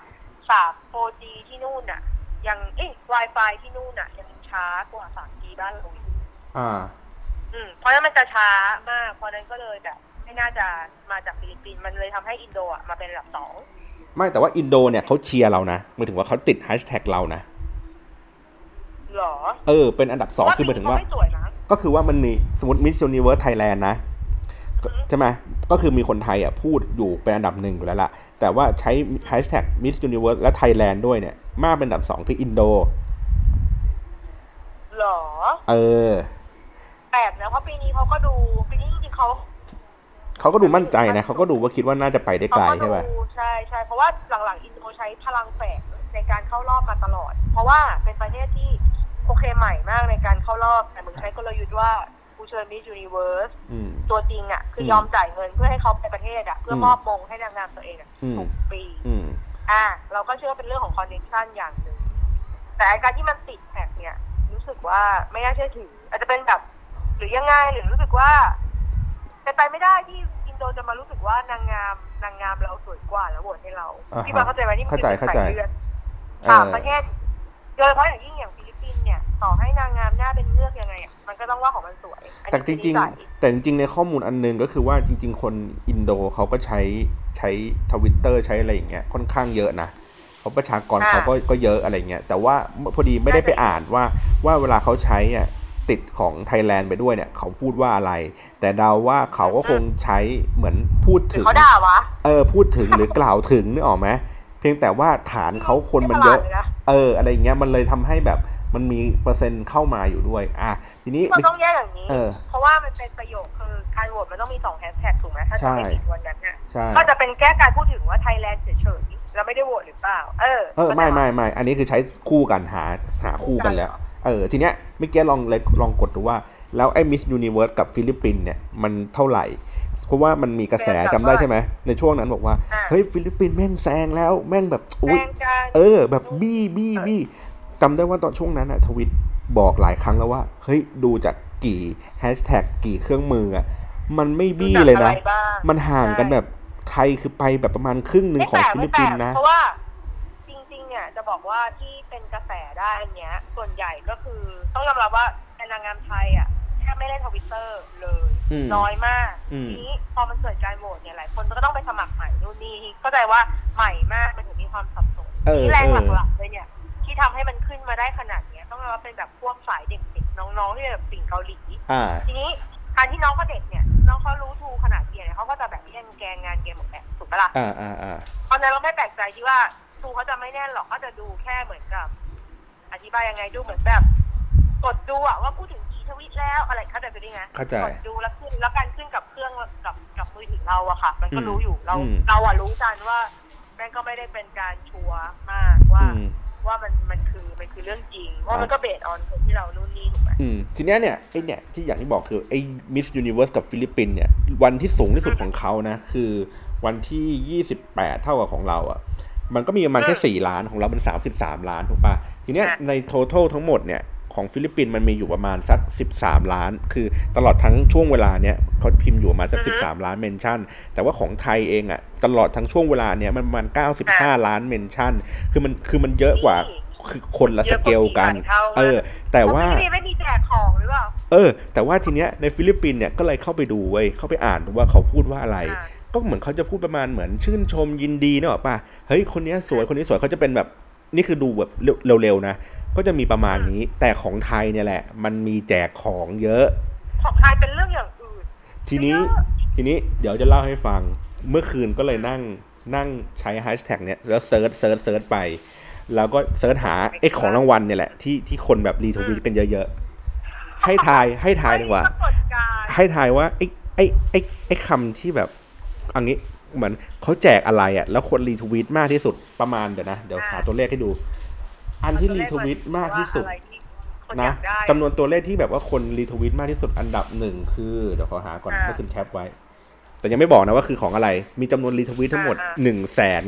Speaker 2: สาม 4G ที่นู่นน่ะ ยังเอ้ย Wi-Fi ที่นู่นน่ะ ยังช้ากว่า 3G บ้านเราอีก
Speaker 1: อ่า
Speaker 2: อืมเพราะฉะนั้นมันจะช้ามาก เพราะฉะนั้นก็เลยแบบไม่น่าจะมาจากฟิลิปปินส์มันเลยทำให้อินโดอ่ะมาเป็นอันดับสอง
Speaker 1: ไม่แต่ว่าอินโดเนี่ยเขาเชียร์เรานะหมายถึงว่าเขาติดแฮชแท็กเรานะ
Speaker 2: หรอ
Speaker 1: เออ เป็นอันดับสองคือหมายถึงว่า
Speaker 2: ไม่สวยนะ
Speaker 1: ก็คือว่ามันมีสมมติมิส s u น i เวิร์สไทยแลนด์นะ
Speaker 2: อืม
Speaker 1: ใช่ไหมก็คือมีคนไทยอ่ะพูดอยู่เป็นอันดับหนึ่งอยู่แล้วล่ะ แต่ว่าใช้แฮชแท็กมิส s u น i เวิร์สและไทยแลนด์ด้วยเนี่ย มากเป็นอันดับสองคืออินโด
Speaker 2: หรอ
Speaker 1: เออ
Speaker 2: แปลกนะเพราะปีนี้เขาก็ดูปีนี้จริงๆเขา
Speaker 1: เขาก็ดูมั่นใจนะ เขาก็ดูว่าคิดว่าน่าจะไปได้
Speaker 2: เขา
Speaker 1: ไกล
Speaker 2: ก็
Speaker 1: ใช่ป่ะ
Speaker 2: ดูใช่ใช่เพราะว่าหลังๆอินโดใช้พลังแฝงในการเข้ารอบมาตลอด เพราะว่าเป็นประเทศที่โอเคใหม่มากในการเข้ารอบแต่มึงใช้กลยุทธ์ว่ากูเชิญมิสยูนิเวิร์ส
Speaker 1: อืม
Speaker 2: ตัวจริงอ่ะ คืออ
Speaker 1: ม
Speaker 2: ยอมจ่ายเงินเพื่อให้เขาไปประเทศอ่ะ เพื่ออ
Speaker 1: ม
Speaker 2: มอบมงให้นางงามตัวเองอ่ะ
Speaker 1: อืม
Speaker 2: ถูกปี
Speaker 1: อืม
Speaker 2: อ่ะเราก็เชื่อว่าเป็นเรื่องของคอนเนคชันอย่างหนึ่งแต่ไอาการที่มันติดแท็กเนี่ย รู้สึกว่าไม่น่าเชื่อถือ อาจจะเป็นแบบ หรือยังไงหรือรู้สึกว่าเป็นไปไม่ได้ที่อินโดจะมารู้สึกว่านางงามนางงามเราสวยกว่าแล้วโหวตให้เรา
Speaker 1: อ่าฮะ
Speaker 2: พี่บาเข้าใจไหมนี่มัน
Speaker 1: เข้าใจ
Speaker 2: คือ
Speaker 1: เข้าใจ
Speaker 2: สยเลือด
Speaker 1: เอ
Speaker 2: ต่า
Speaker 1: อ
Speaker 2: งประเทศโดยเฉพาะอย่างยิ่งอย่างฟิลิปปินส์เนี่ย ต่อให้นางงามหน้าเป็นเงือกยังไงอะมันก็ต้องว่าของมันสวยอัน
Speaker 1: แต่จ
Speaker 2: นี้คือ
Speaker 1: ริง
Speaker 2: นิสัย
Speaker 1: ๆแต่จริงๆในข้อมูลอันหนึงก็คือว่าจริง ๆ คนอินโดเขาก็ใช้ใช้ทวิตเตอร์ใช้อะไรอย่างเงี้ยค่อนข้างเยอะนะเพราะประชากร
Speaker 2: อ่า
Speaker 1: เขาก็ก็เยอะอะไรเงี้ยแต่ว่าพอดีไม่ได้ไป
Speaker 2: น่าจะ
Speaker 1: อ่านว่าว่าเวลาเขาใช้อ่ะติดของไทยแลนด์ไปด้วยเนี่ย เขาพูดว่าอะไร แต่เดาว่าเขาก็คงใช้เหมือนพูด
Speaker 2: หรื
Speaker 1: ถึ
Speaker 2: อง เขาด่าวะ
Speaker 1: เออพูดถึงหรือกล่าวถึงนึกออกไหมเพียงแต่ว่าฐานเขาคนมันเยอะ
Speaker 2: ไม่ประหลาดลนะ
Speaker 1: เอออะไรเงี้ยมันเลยทำให้แบบมันมีเปอร์เซ็นต์เข้ามาอยู่ด้วย อ่ะทีนี้
Speaker 2: มันต้องแยกอย่างนี้
Speaker 1: เออ
Speaker 2: เพราะว่ามันเป็นประโยคคือการโหวตมันต้องมีสองแฮชแท็กถูกไหมถ้าจะไม่ผิดวันนั้นน่ะ
Speaker 1: ใช่
Speaker 2: ก็จะเป็นแก้การพูดถึงว่าไทยแลนด์เฉยๆแล้วไม่ได้โหวตหรือเปล่า เออ
Speaker 1: เออไม่ไม่ไม่อันนี้คือใช้คู่กันหาหาคู่กันแล้ว เออทีเนี้ยเมื่อกี้ลองเลยลองกดดูว่า แล้วไอ้มิสยูนิเวิร์สกับฟิลิปปินส์เนี่ยมันเท่าไหร่ เพราะว่ามันมีกระแสจำได้ใช่ไหม ในช่วงนั้นบอกว่า
Speaker 2: อ่ะ
Speaker 1: เฮ้ยฟิลิปปินส์แม่งแซงแล้วแม่งแบบอุ้ย
Speaker 2: แรงการ
Speaker 1: เออ แบบบี้บี้บี้จำได้ว่าตอนช่วงนั้นอะทวิตบอกหลายครั้งแล้วว่า เฮ้ยดูจากกี่แฮชแท็กกี่เครื่องมืออะมันไม่บี้เลยนะ
Speaker 2: ดูจากอะไรบ้าง
Speaker 1: มันห่างกันแบบไทยคือไปแบบประมาณครึ่งหนึ่งของฟิลิปปินส์นะ
Speaker 2: ไม่แปลกไม่แปลกเพราะว่าจริงๆ เนี่ยจะบอกว่าที่เป็นกระแสได้อันเนี้ย ส่วนใหญ่ก็คือต้องยอมรับว่าแฟนนางงามไทยอ่ะแทบไม่เล่นทวิตเตอร์เลย
Speaker 1: อืม
Speaker 2: น้อยมาก
Speaker 1: อืม
Speaker 2: ทีนี้พอมันเกิดการโหวตเนี่ยหลายคนก็ต้องไปสมัครใหม่นู่นนี่เข้าใจว่าใหม่มากมันถึงมีความสับสน
Speaker 1: เออ
Speaker 2: ที่แรง
Speaker 1: เออ
Speaker 2: หลักๆเลยเนี่ย ที่ทำให้มันขึ้นมาได้ขนาดเนี้ย ต้องยอมรับเป็นแบบพวกสายเด็กๆน้องๆที่แบบปิ่งเกาหลี
Speaker 1: อ่า
Speaker 2: ทีนี้การที่น้องเขาเด็กเนี่ย น้องเขารู้ทูขนาดเดียเนี่ยเขาก็จะแบบเล่นแกงงานเกมหมดแหละถูกปะล่ะ
Speaker 1: อ่าอ่าอ่า
Speaker 2: ตอนนั้นเราไม่แปลกใจที่ว่าครูเขาจะไม่แน่นหรอกเขาจะดูแค่เหมือนกับ อธิบายยังไงดูเหมือนแบบกดดูอะว่าพูดถึงกี่ ทวิตแล้วอะไรเข้าใจไปได้ไง
Speaker 1: เข้าใจ
Speaker 2: กดดูแล้วขึ้นแล้วการขึ้นกับเครื่องกับกับมือถือเราอะค่ะ มันก็
Speaker 1: อืม
Speaker 2: รู้อยู่เรา
Speaker 1: อืม
Speaker 2: เราอะรู้กันว่าแม่งก็ไม่ได้เป็นการชัวร์มากว่า
Speaker 1: อืม
Speaker 2: ว่ามันมันคือมันคือเรื่องจริง
Speaker 1: ค
Speaker 2: ว่า
Speaker 1: รับ
Speaker 2: มันก็เบสออนคนที่เรานู่นนี่ถูกไหม
Speaker 1: อืมทีเนี้ยเนี่ยไอเนี่ยที่อย่างที่บอกคือไอมิสยูนิเวิร์สกับฟิลิปปินส์เนี่ย วันที่สูงที่สุดของเขานะคือวันที่ยี่สิบแปดเท่ากับของเราอะ่ะ มันก็มีประมาณแค่
Speaker 2: อืม
Speaker 1: สี่ล้านของเราเป็นสามสิบสามล้านถูกปะทีเนี้ย
Speaker 2: ค่ะ
Speaker 1: ในทั้งททั้งหมดเนี่ยของฟิลิปปินส์มันมีอยู่ประมาณสักสิบสามล้าน คือตลอดทั้งช่วงเวลาเนี่ยเขาพิมพ์อยู่ประมาณสักสิบสามล้านเมนชั่น แต่ว่าของไทยเองอะ่ะตลอดทั้งช่วงเวลาเนี่ยมันประมาณเก้าสิบห้าล้านเมนชั่น คือมันคือมันเยอะกว่าคือคนละสเกลกัน
Speaker 2: เยอะกว่าสี่หลายเท่า
Speaker 1: เออ แต่ว่า
Speaker 2: เขไม่ได้ไม่มีแจกของหรือเปล่า
Speaker 1: เออ แต่ว่าทีเนี้ยในฟิลิปปินส์เนี่ยก็เลยเข้าไปดูเว้ยเข้าไปอ่านดูว่าเขาพูดว่าอะไร
Speaker 2: อ่า
Speaker 1: ก็เหมือนเขาจะพูดประมาณเหมือนชื่นชมยินดีเนอะป่ะเฮ้ยคนเนี้ยสวยคนนี้สวยเขาจะเป็นแบบนี่คือดูแบบเร็วๆนะ ก็จะมีประมาณนี้ แต่ของไทยเนี่ยแหละ มันมีแจกของเยอะ
Speaker 2: ของไทยเป็นเรื่องอย่างอื่น
Speaker 1: ทีนี้
Speaker 2: เยอะ
Speaker 1: ทีนี้เดี๋ยวจะเล่าให้ฟังเมื่อคืนก็เลยนั่งนั่งใช้แฮชแท็กเนี่ยแล้วเซิร์ชเซิร์ชเซิร์ชไป แล้วก็เซิร์ชหาไอ้ของรางวัลเนี่ยแหละที่ที่คนแบบรีทวีตกันเยอะๆให้ทายให้ทายดีกว่า
Speaker 2: ปรากฏการณ์
Speaker 1: ให้ทายว่าไอ้ไอ้ไอ้ไอ้คำที่แบบอันนี้เหมือนเขาแจกอะไรอะ่ะ แล้วคนรีทวีตมากที่สุดประมาณเดี๋ยวนะ เดี๋ยวหาตัวเลขให้ดู อันที่รีทวีตมากที่สุด
Speaker 2: ว่อะไรที่คนอ
Speaker 1: นะ
Speaker 2: ยากได้
Speaker 1: จำนวนตัวเลขที่แบบว่าคนรีทวีตมากที่สุดอันดับหนึ่งคือ เดี๋ยวขอหาก่อน
Speaker 2: อ่า
Speaker 1: ก็ขึ้นแคปไว้ แต่ยังไม่บอกนะว่าคือของอะไร มีจำนวนรีทวีตทั้งหมด
Speaker 2: อ่าอ่า
Speaker 1: หนึ่งแสน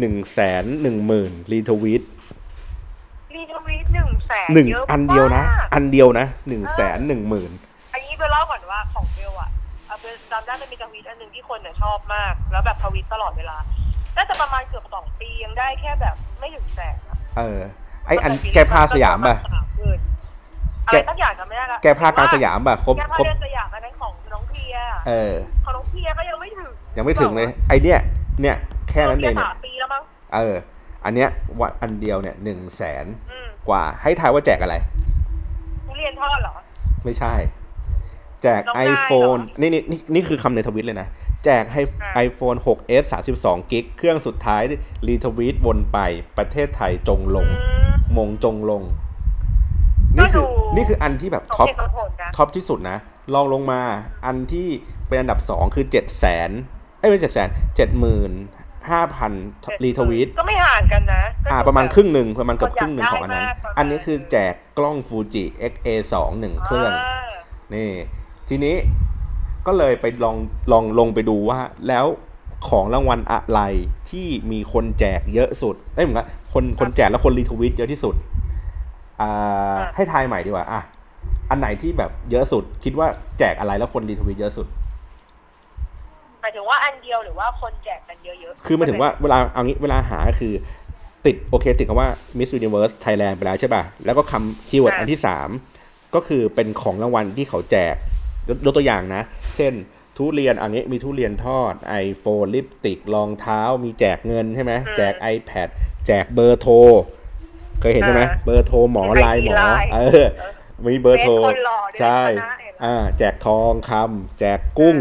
Speaker 1: หนึ่งแสนหนึ่งหมื่นรีทวีต
Speaker 2: รีทวีตหนึ่งแสน
Speaker 1: หนึ่ง
Speaker 2: ะ
Speaker 1: อันเดียวนะ
Speaker 2: มาก
Speaker 1: อันเดียวนะหนึ่งแสนหนึ่งหมื่น
Speaker 2: อันนี้ไปเล่าก่อนว่าของเบลอะเอาเบลจำได้มันมีทวีตอันหนึ่งที่คนเนี่ยชอบมาก แล้วแบบทวีตตลอดเวลาน่าจะประมาณเกือบสองปียังได้แค่แบบไม่ถึงแสนอะ
Speaker 1: เออ ไออันแก้ผ้าสยามป่ะ
Speaker 2: อะไรสักอย่างจำไม่ได้ละ
Speaker 1: แกผ้ากลางสยามป่ะครบ
Speaker 2: แก้ผ้า
Speaker 1: ครบ
Speaker 2: เดินสยามอันนั้นของน้องเพีย
Speaker 1: เออ
Speaker 2: ของน้องเพียก็ยังไม่ถึง
Speaker 1: ยังไม่ถึงเลย ไอเนี้ยเนี่ย แค่นั้นเอง
Speaker 2: พีย
Speaker 1: เนี่ย
Speaker 2: สามปีแล้วมั้ง
Speaker 1: เออ อันเนี้ยวันอันเดียวเนี่ยหนึ่งแสน
Speaker 2: อืม
Speaker 1: กว่าให้ทายว่าแจกอะไร
Speaker 2: ทุเรียนทอดเหรอ
Speaker 1: ไม่ใช่ แจก
Speaker 2: น้องนายเหรอ
Speaker 1: iPhone นี่นี่นี่นี่คือคำในทวิตเลยนะ แจกให้
Speaker 2: อ่า
Speaker 1: iPhone 6s 32กิกเครื่องสุดท้ายรีทวีตวนไปประเทศไทยจงลง
Speaker 2: อืม
Speaker 1: มงจงลง นี่คือ
Speaker 2: ก็ดู
Speaker 1: นี่คืออันที่แบบ
Speaker 2: สม
Speaker 1: ท็อป
Speaker 2: เหตุสมผลนะ
Speaker 1: ท็อปที่สุดนะลองลงมาอันที่เป็นอันดับสองคือเจ็ดแสนเอ้ยไม่เจ็ดแสนเจ็ดหมื่นห้าพันรีทวีต
Speaker 2: ก็ไม่ห่างกันนะก็
Speaker 1: อ่า
Speaker 2: ดู
Speaker 1: ประมาณ
Speaker 2: แบบ
Speaker 1: ครึ่งหนึ่งประมาณเกือบครึ่งหนึ่งข
Speaker 2: คนอ
Speaker 1: อง
Speaker 2: ยากได้
Speaker 1: อันนั้น
Speaker 2: มากประมาณ
Speaker 1: อันนี้คือแจกกล้องฟูจิ XA2 หนึ่งเครื่อง
Speaker 2: า
Speaker 1: นี่ ทีนี้ก็เลยไปลองลองลงไปดูว่าแล้วของรางวัลอะไรที่มีคนแจกเยอะสุดเอ้ยเหมือนกันคนคนแจกแล้วคนรีทวิตเยอะที่สุดอ่าให้ทายใหม่ดีกว่าอ่ะอันไหนที่แบบเยอะสุด คิดว่าแจกอะไรแล้วคนรีทวิตเยอะสุด
Speaker 2: หมายถึงว่าอันเดียวหรือว่าคนแจกกันเยอะๆ
Speaker 1: คือหมายถึงว่าเวลาเอางี้เวลาหาคือ ติดโอเค ติดคำว่า Miss Universe Thailand ไปแล้วใช่ป่ะ แล้วก็คำคีย์เวิร์ดอันที่สามก็คือเป็นของรางวัลที่เขาแจกยกยกตัวอย่างนะ เช่น ทุเรียนอันนี้มีทุเรียนทอด iPhone ลิปติกรองเท้ามีแจกเงินใช่ไหมแจก iPad แจกเบอร์โทร เคยเห็นใช่ไหมเบอร์โทรหมอไลน์หมอเออ
Speaker 2: เออ
Speaker 1: มีเบอร์โทร
Speaker 2: เป็นคนหล่อด้วยนะ
Speaker 1: ใช่
Speaker 2: คณะเอก
Speaker 1: อ่า แจกทองคำแจกกุ้ง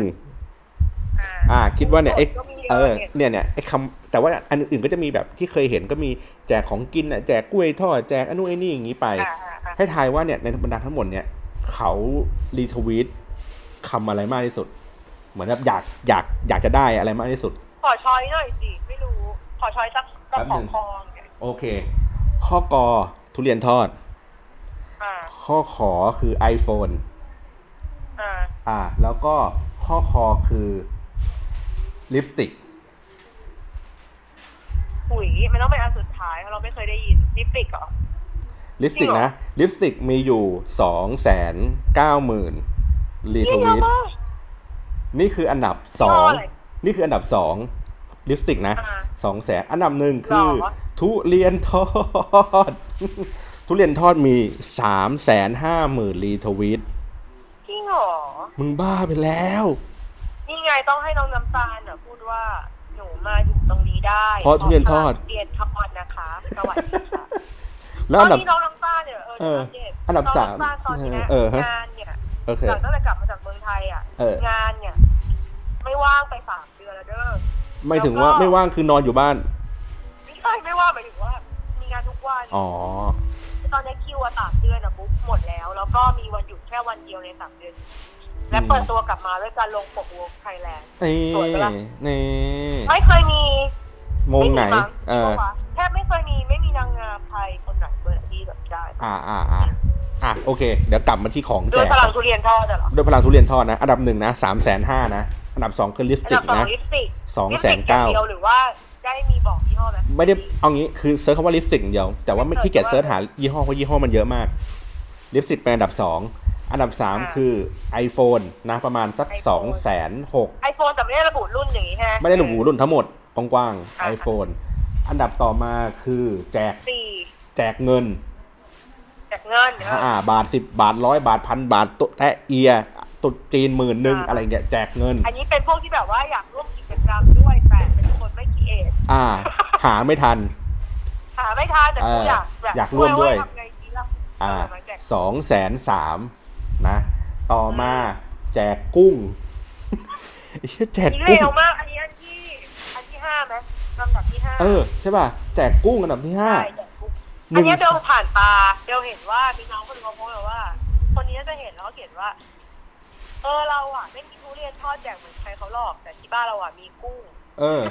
Speaker 1: อ่าคิดว่าเนี่ยไอ้
Speaker 2: ก็มี
Speaker 1: เออ
Speaker 2: เยอะ
Speaker 1: เนี่ยเนี่ยไอ้คำแต่ว่าอันอื่นๆก็จะมีแบบที่เคยเห็นก็มีแจกของกินอ่ะแจกกล้วยทอดแจกอันนู้นไอ้นี่อย่างนี้ไป
Speaker 2: อ่าอ่า
Speaker 1: ให้ทายว่าเนี่ยในบรรดาทั้งหมดเนี่ยเขารีทวีตคำอะไรมากที่สุด เหมือนแบบอยากอยากอยากจะได้อะไรมากที่สุด
Speaker 2: ขอช้อยหน่อยสิไม่รู้ ขอช้อยสักกระ
Speaker 1: แป๊บหนึ่
Speaker 2: ป๋อง
Speaker 1: ง
Speaker 2: คองเนี่ย
Speaker 1: โอเค ข้อกอทุเรียนทอด
Speaker 2: อ่า
Speaker 1: ข้อขอคือ iPhone
Speaker 2: อ่า
Speaker 1: อ่า แล้วก็ข้อคอคือลิปสติก
Speaker 2: อุ๋ยมันต้องเป็นอันสุดท้ายเพราะเราไม่เคยได้ยินลิปติกเหรอ
Speaker 1: ลิปสติก
Speaker 2: จริงเหร
Speaker 1: นะ
Speaker 2: อ
Speaker 1: ลิปสติกมีอยู่สองแสนเก้าหมื่นรีท
Speaker 2: นี่เย
Speaker 1: วี
Speaker 2: อะ
Speaker 1: ต
Speaker 2: มาก
Speaker 1: นี่คืออันดับสอ
Speaker 2: ข้อง อะไร
Speaker 1: นี่คืออันดับสองลิปสติกนะ
Speaker 2: อ่า
Speaker 1: สองแสนอันดับหนึ่งคือ
Speaker 2: หรอ
Speaker 1: ทุเรียนทอด ทุเรียนทอดมีสามแสนห้าหมื่นรีทวีต
Speaker 2: จริงเหรอ
Speaker 1: มึงบ้าไปแล้ว
Speaker 2: นี่ไงต้องให้น้องน้ำตาลน่ะพูดว่าหนูมาอยู่ตรงนี้ได้
Speaker 1: เพราะทุเรียนทอด
Speaker 2: เพราะทุเรียนทอดนะคะสวัสดีค่ะ
Speaker 1: แล้วอันดับ
Speaker 2: ตน้องน้ำตาลเนี่ยเออ
Speaker 1: เออ
Speaker 2: เดี๋ยว
Speaker 1: อันดับ
Speaker 2: น้ง
Speaker 1: สาม
Speaker 2: น้ำตลตอนนี้นะ
Speaker 1: เออฮะ
Speaker 2: งานเนี่ย
Speaker 1: โอเค
Speaker 2: หลังตั้งแต่กลับมาจากเมืองไทยอ่ะ
Speaker 1: เออ
Speaker 2: งานเนี่ย ไม่ว่างไปสามเดือนแล้วเด้อ
Speaker 1: ไม่ถึงว่า
Speaker 2: แล้วก็
Speaker 1: ไม่ว่างคือนอนอยู่บ้าน
Speaker 2: ไม่ใช่ไม่ว่างหมายถึงว่า มีงานทุกวัน
Speaker 1: อ๋อ
Speaker 2: ตอนนี้คิวอะสามเดือนอะบุ๊กหมดแล้ว แล้วก็มีวันหยุดแค่วันเดียวในสามเดือน และเปิดตัวกลับมาด้วยการลงปกวงไทยแลนด์
Speaker 1: นี่นี่
Speaker 2: ไม่เคยมี
Speaker 1: มงไหน
Speaker 2: ม่มีมั้
Speaker 1: เออ
Speaker 2: ถูกปะแทบไม่เคยมีไม่มีนางงามไทยคนไหนเลยที่แบบได้
Speaker 1: อ่าอ่าอ่าอ่ะโอเค เดี๋ยวกลับมาที่ของ
Speaker 2: โด
Speaker 1: แจ
Speaker 2: ย
Speaker 1: ก
Speaker 2: พลังทุเรียนทอดอะเหรอ
Speaker 1: ด้วยพลังทุเรียนทอดนะ อันดับหนึ่งนะสามแสนห้านะ อันดับสองคือลิปส
Speaker 2: อัน
Speaker 1: ติ
Speaker 2: ดับ
Speaker 1: ก
Speaker 2: สอง
Speaker 1: นะ
Speaker 2: ลิปสติก
Speaker 1: สอง
Speaker 2: ลิป
Speaker 1: แส
Speaker 2: สติ
Speaker 1: น
Speaker 2: ก
Speaker 1: เก้า
Speaker 2: อย่งดียวหรือว่าได้มีบอกยี่ห้อแบบ
Speaker 1: ไม่ได้เอางี้คือเซิร์ชคำว่าลิปสติกอย่างเดียว แต่ว่าไม่ขี้เกียจเซิร์ชหายี่ห้อเพราะยี่ห้อมันเยอะมาก ลิปสติกเป็นอันดับสองอันดับสามคือ iPhone นะ ประมาณสักสองแสนหก
Speaker 2: ไอโฟนแต่ไม่ได้ระบุรุ่นอย่างงี้ฮะ
Speaker 1: ไม่ได้หลบหูรุ่นทั้งหมดกว้าง
Speaker 2: อ่า
Speaker 1: ๆ iPhone อันดับต่อมาคือแจก
Speaker 2: สี่
Speaker 1: แจกเงิน
Speaker 2: แจกเงินเออ
Speaker 1: อ่าบาทสิบบาทร้อยบาทพันบาทตุ๊แตะเอียตุ๊ดจีนหมื่นหนึ่ง
Speaker 2: อ่า
Speaker 1: อะไรเงี้ยแจกเงิน
Speaker 2: อันนี้เป็นพวกที่แบบว่าอยากร่วมกิจกรรมด้วยแต่เป็นคนไม่คิดเอง
Speaker 1: อ่า หาไม่ทัน
Speaker 2: หาไม่ทันแต่กู
Speaker 1: เออ
Speaker 2: อยากแบบ
Speaker 1: อยากร่วมด้วย
Speaker 2: ทำไงดีล่ะ
Speaker 1: อ่า
Speaker 2: เมาแจก
Speaker 1: สองแสนสามนะ ต่อมาแจกกุ้ง ไอ้เหี้ยแจก
Speaker 2: นี่
Speaker 1: กุ้ง
Speaker 2: เร็วมาก อันนี้อันที่อันที่ห้าไหมลำดับที่ห้า
Speaker 1: เออ ใช่ป่ะ แจกกุ้งอันดับที่ห้า
Speaker 2: ใช่แจกปุ๊บ
Speaker 1: ห
Speaker 2: อัน
Speaker 1: นึ่ง
Speaker 2: เนี้ยเดินผ่านตาเดินเห็นว่ามีน้องคนหนึงเขาโพสต์แบบว่า คนนี้น่าจะเห็นแล้วก็เขียนว่า เออเราอ่ะไม่มีทุเรียนทอดแจกเหมือนใครเขาหรอก แต่ที่บ้านเราอ่ะมีกุ้ง
Speaker 1: เออ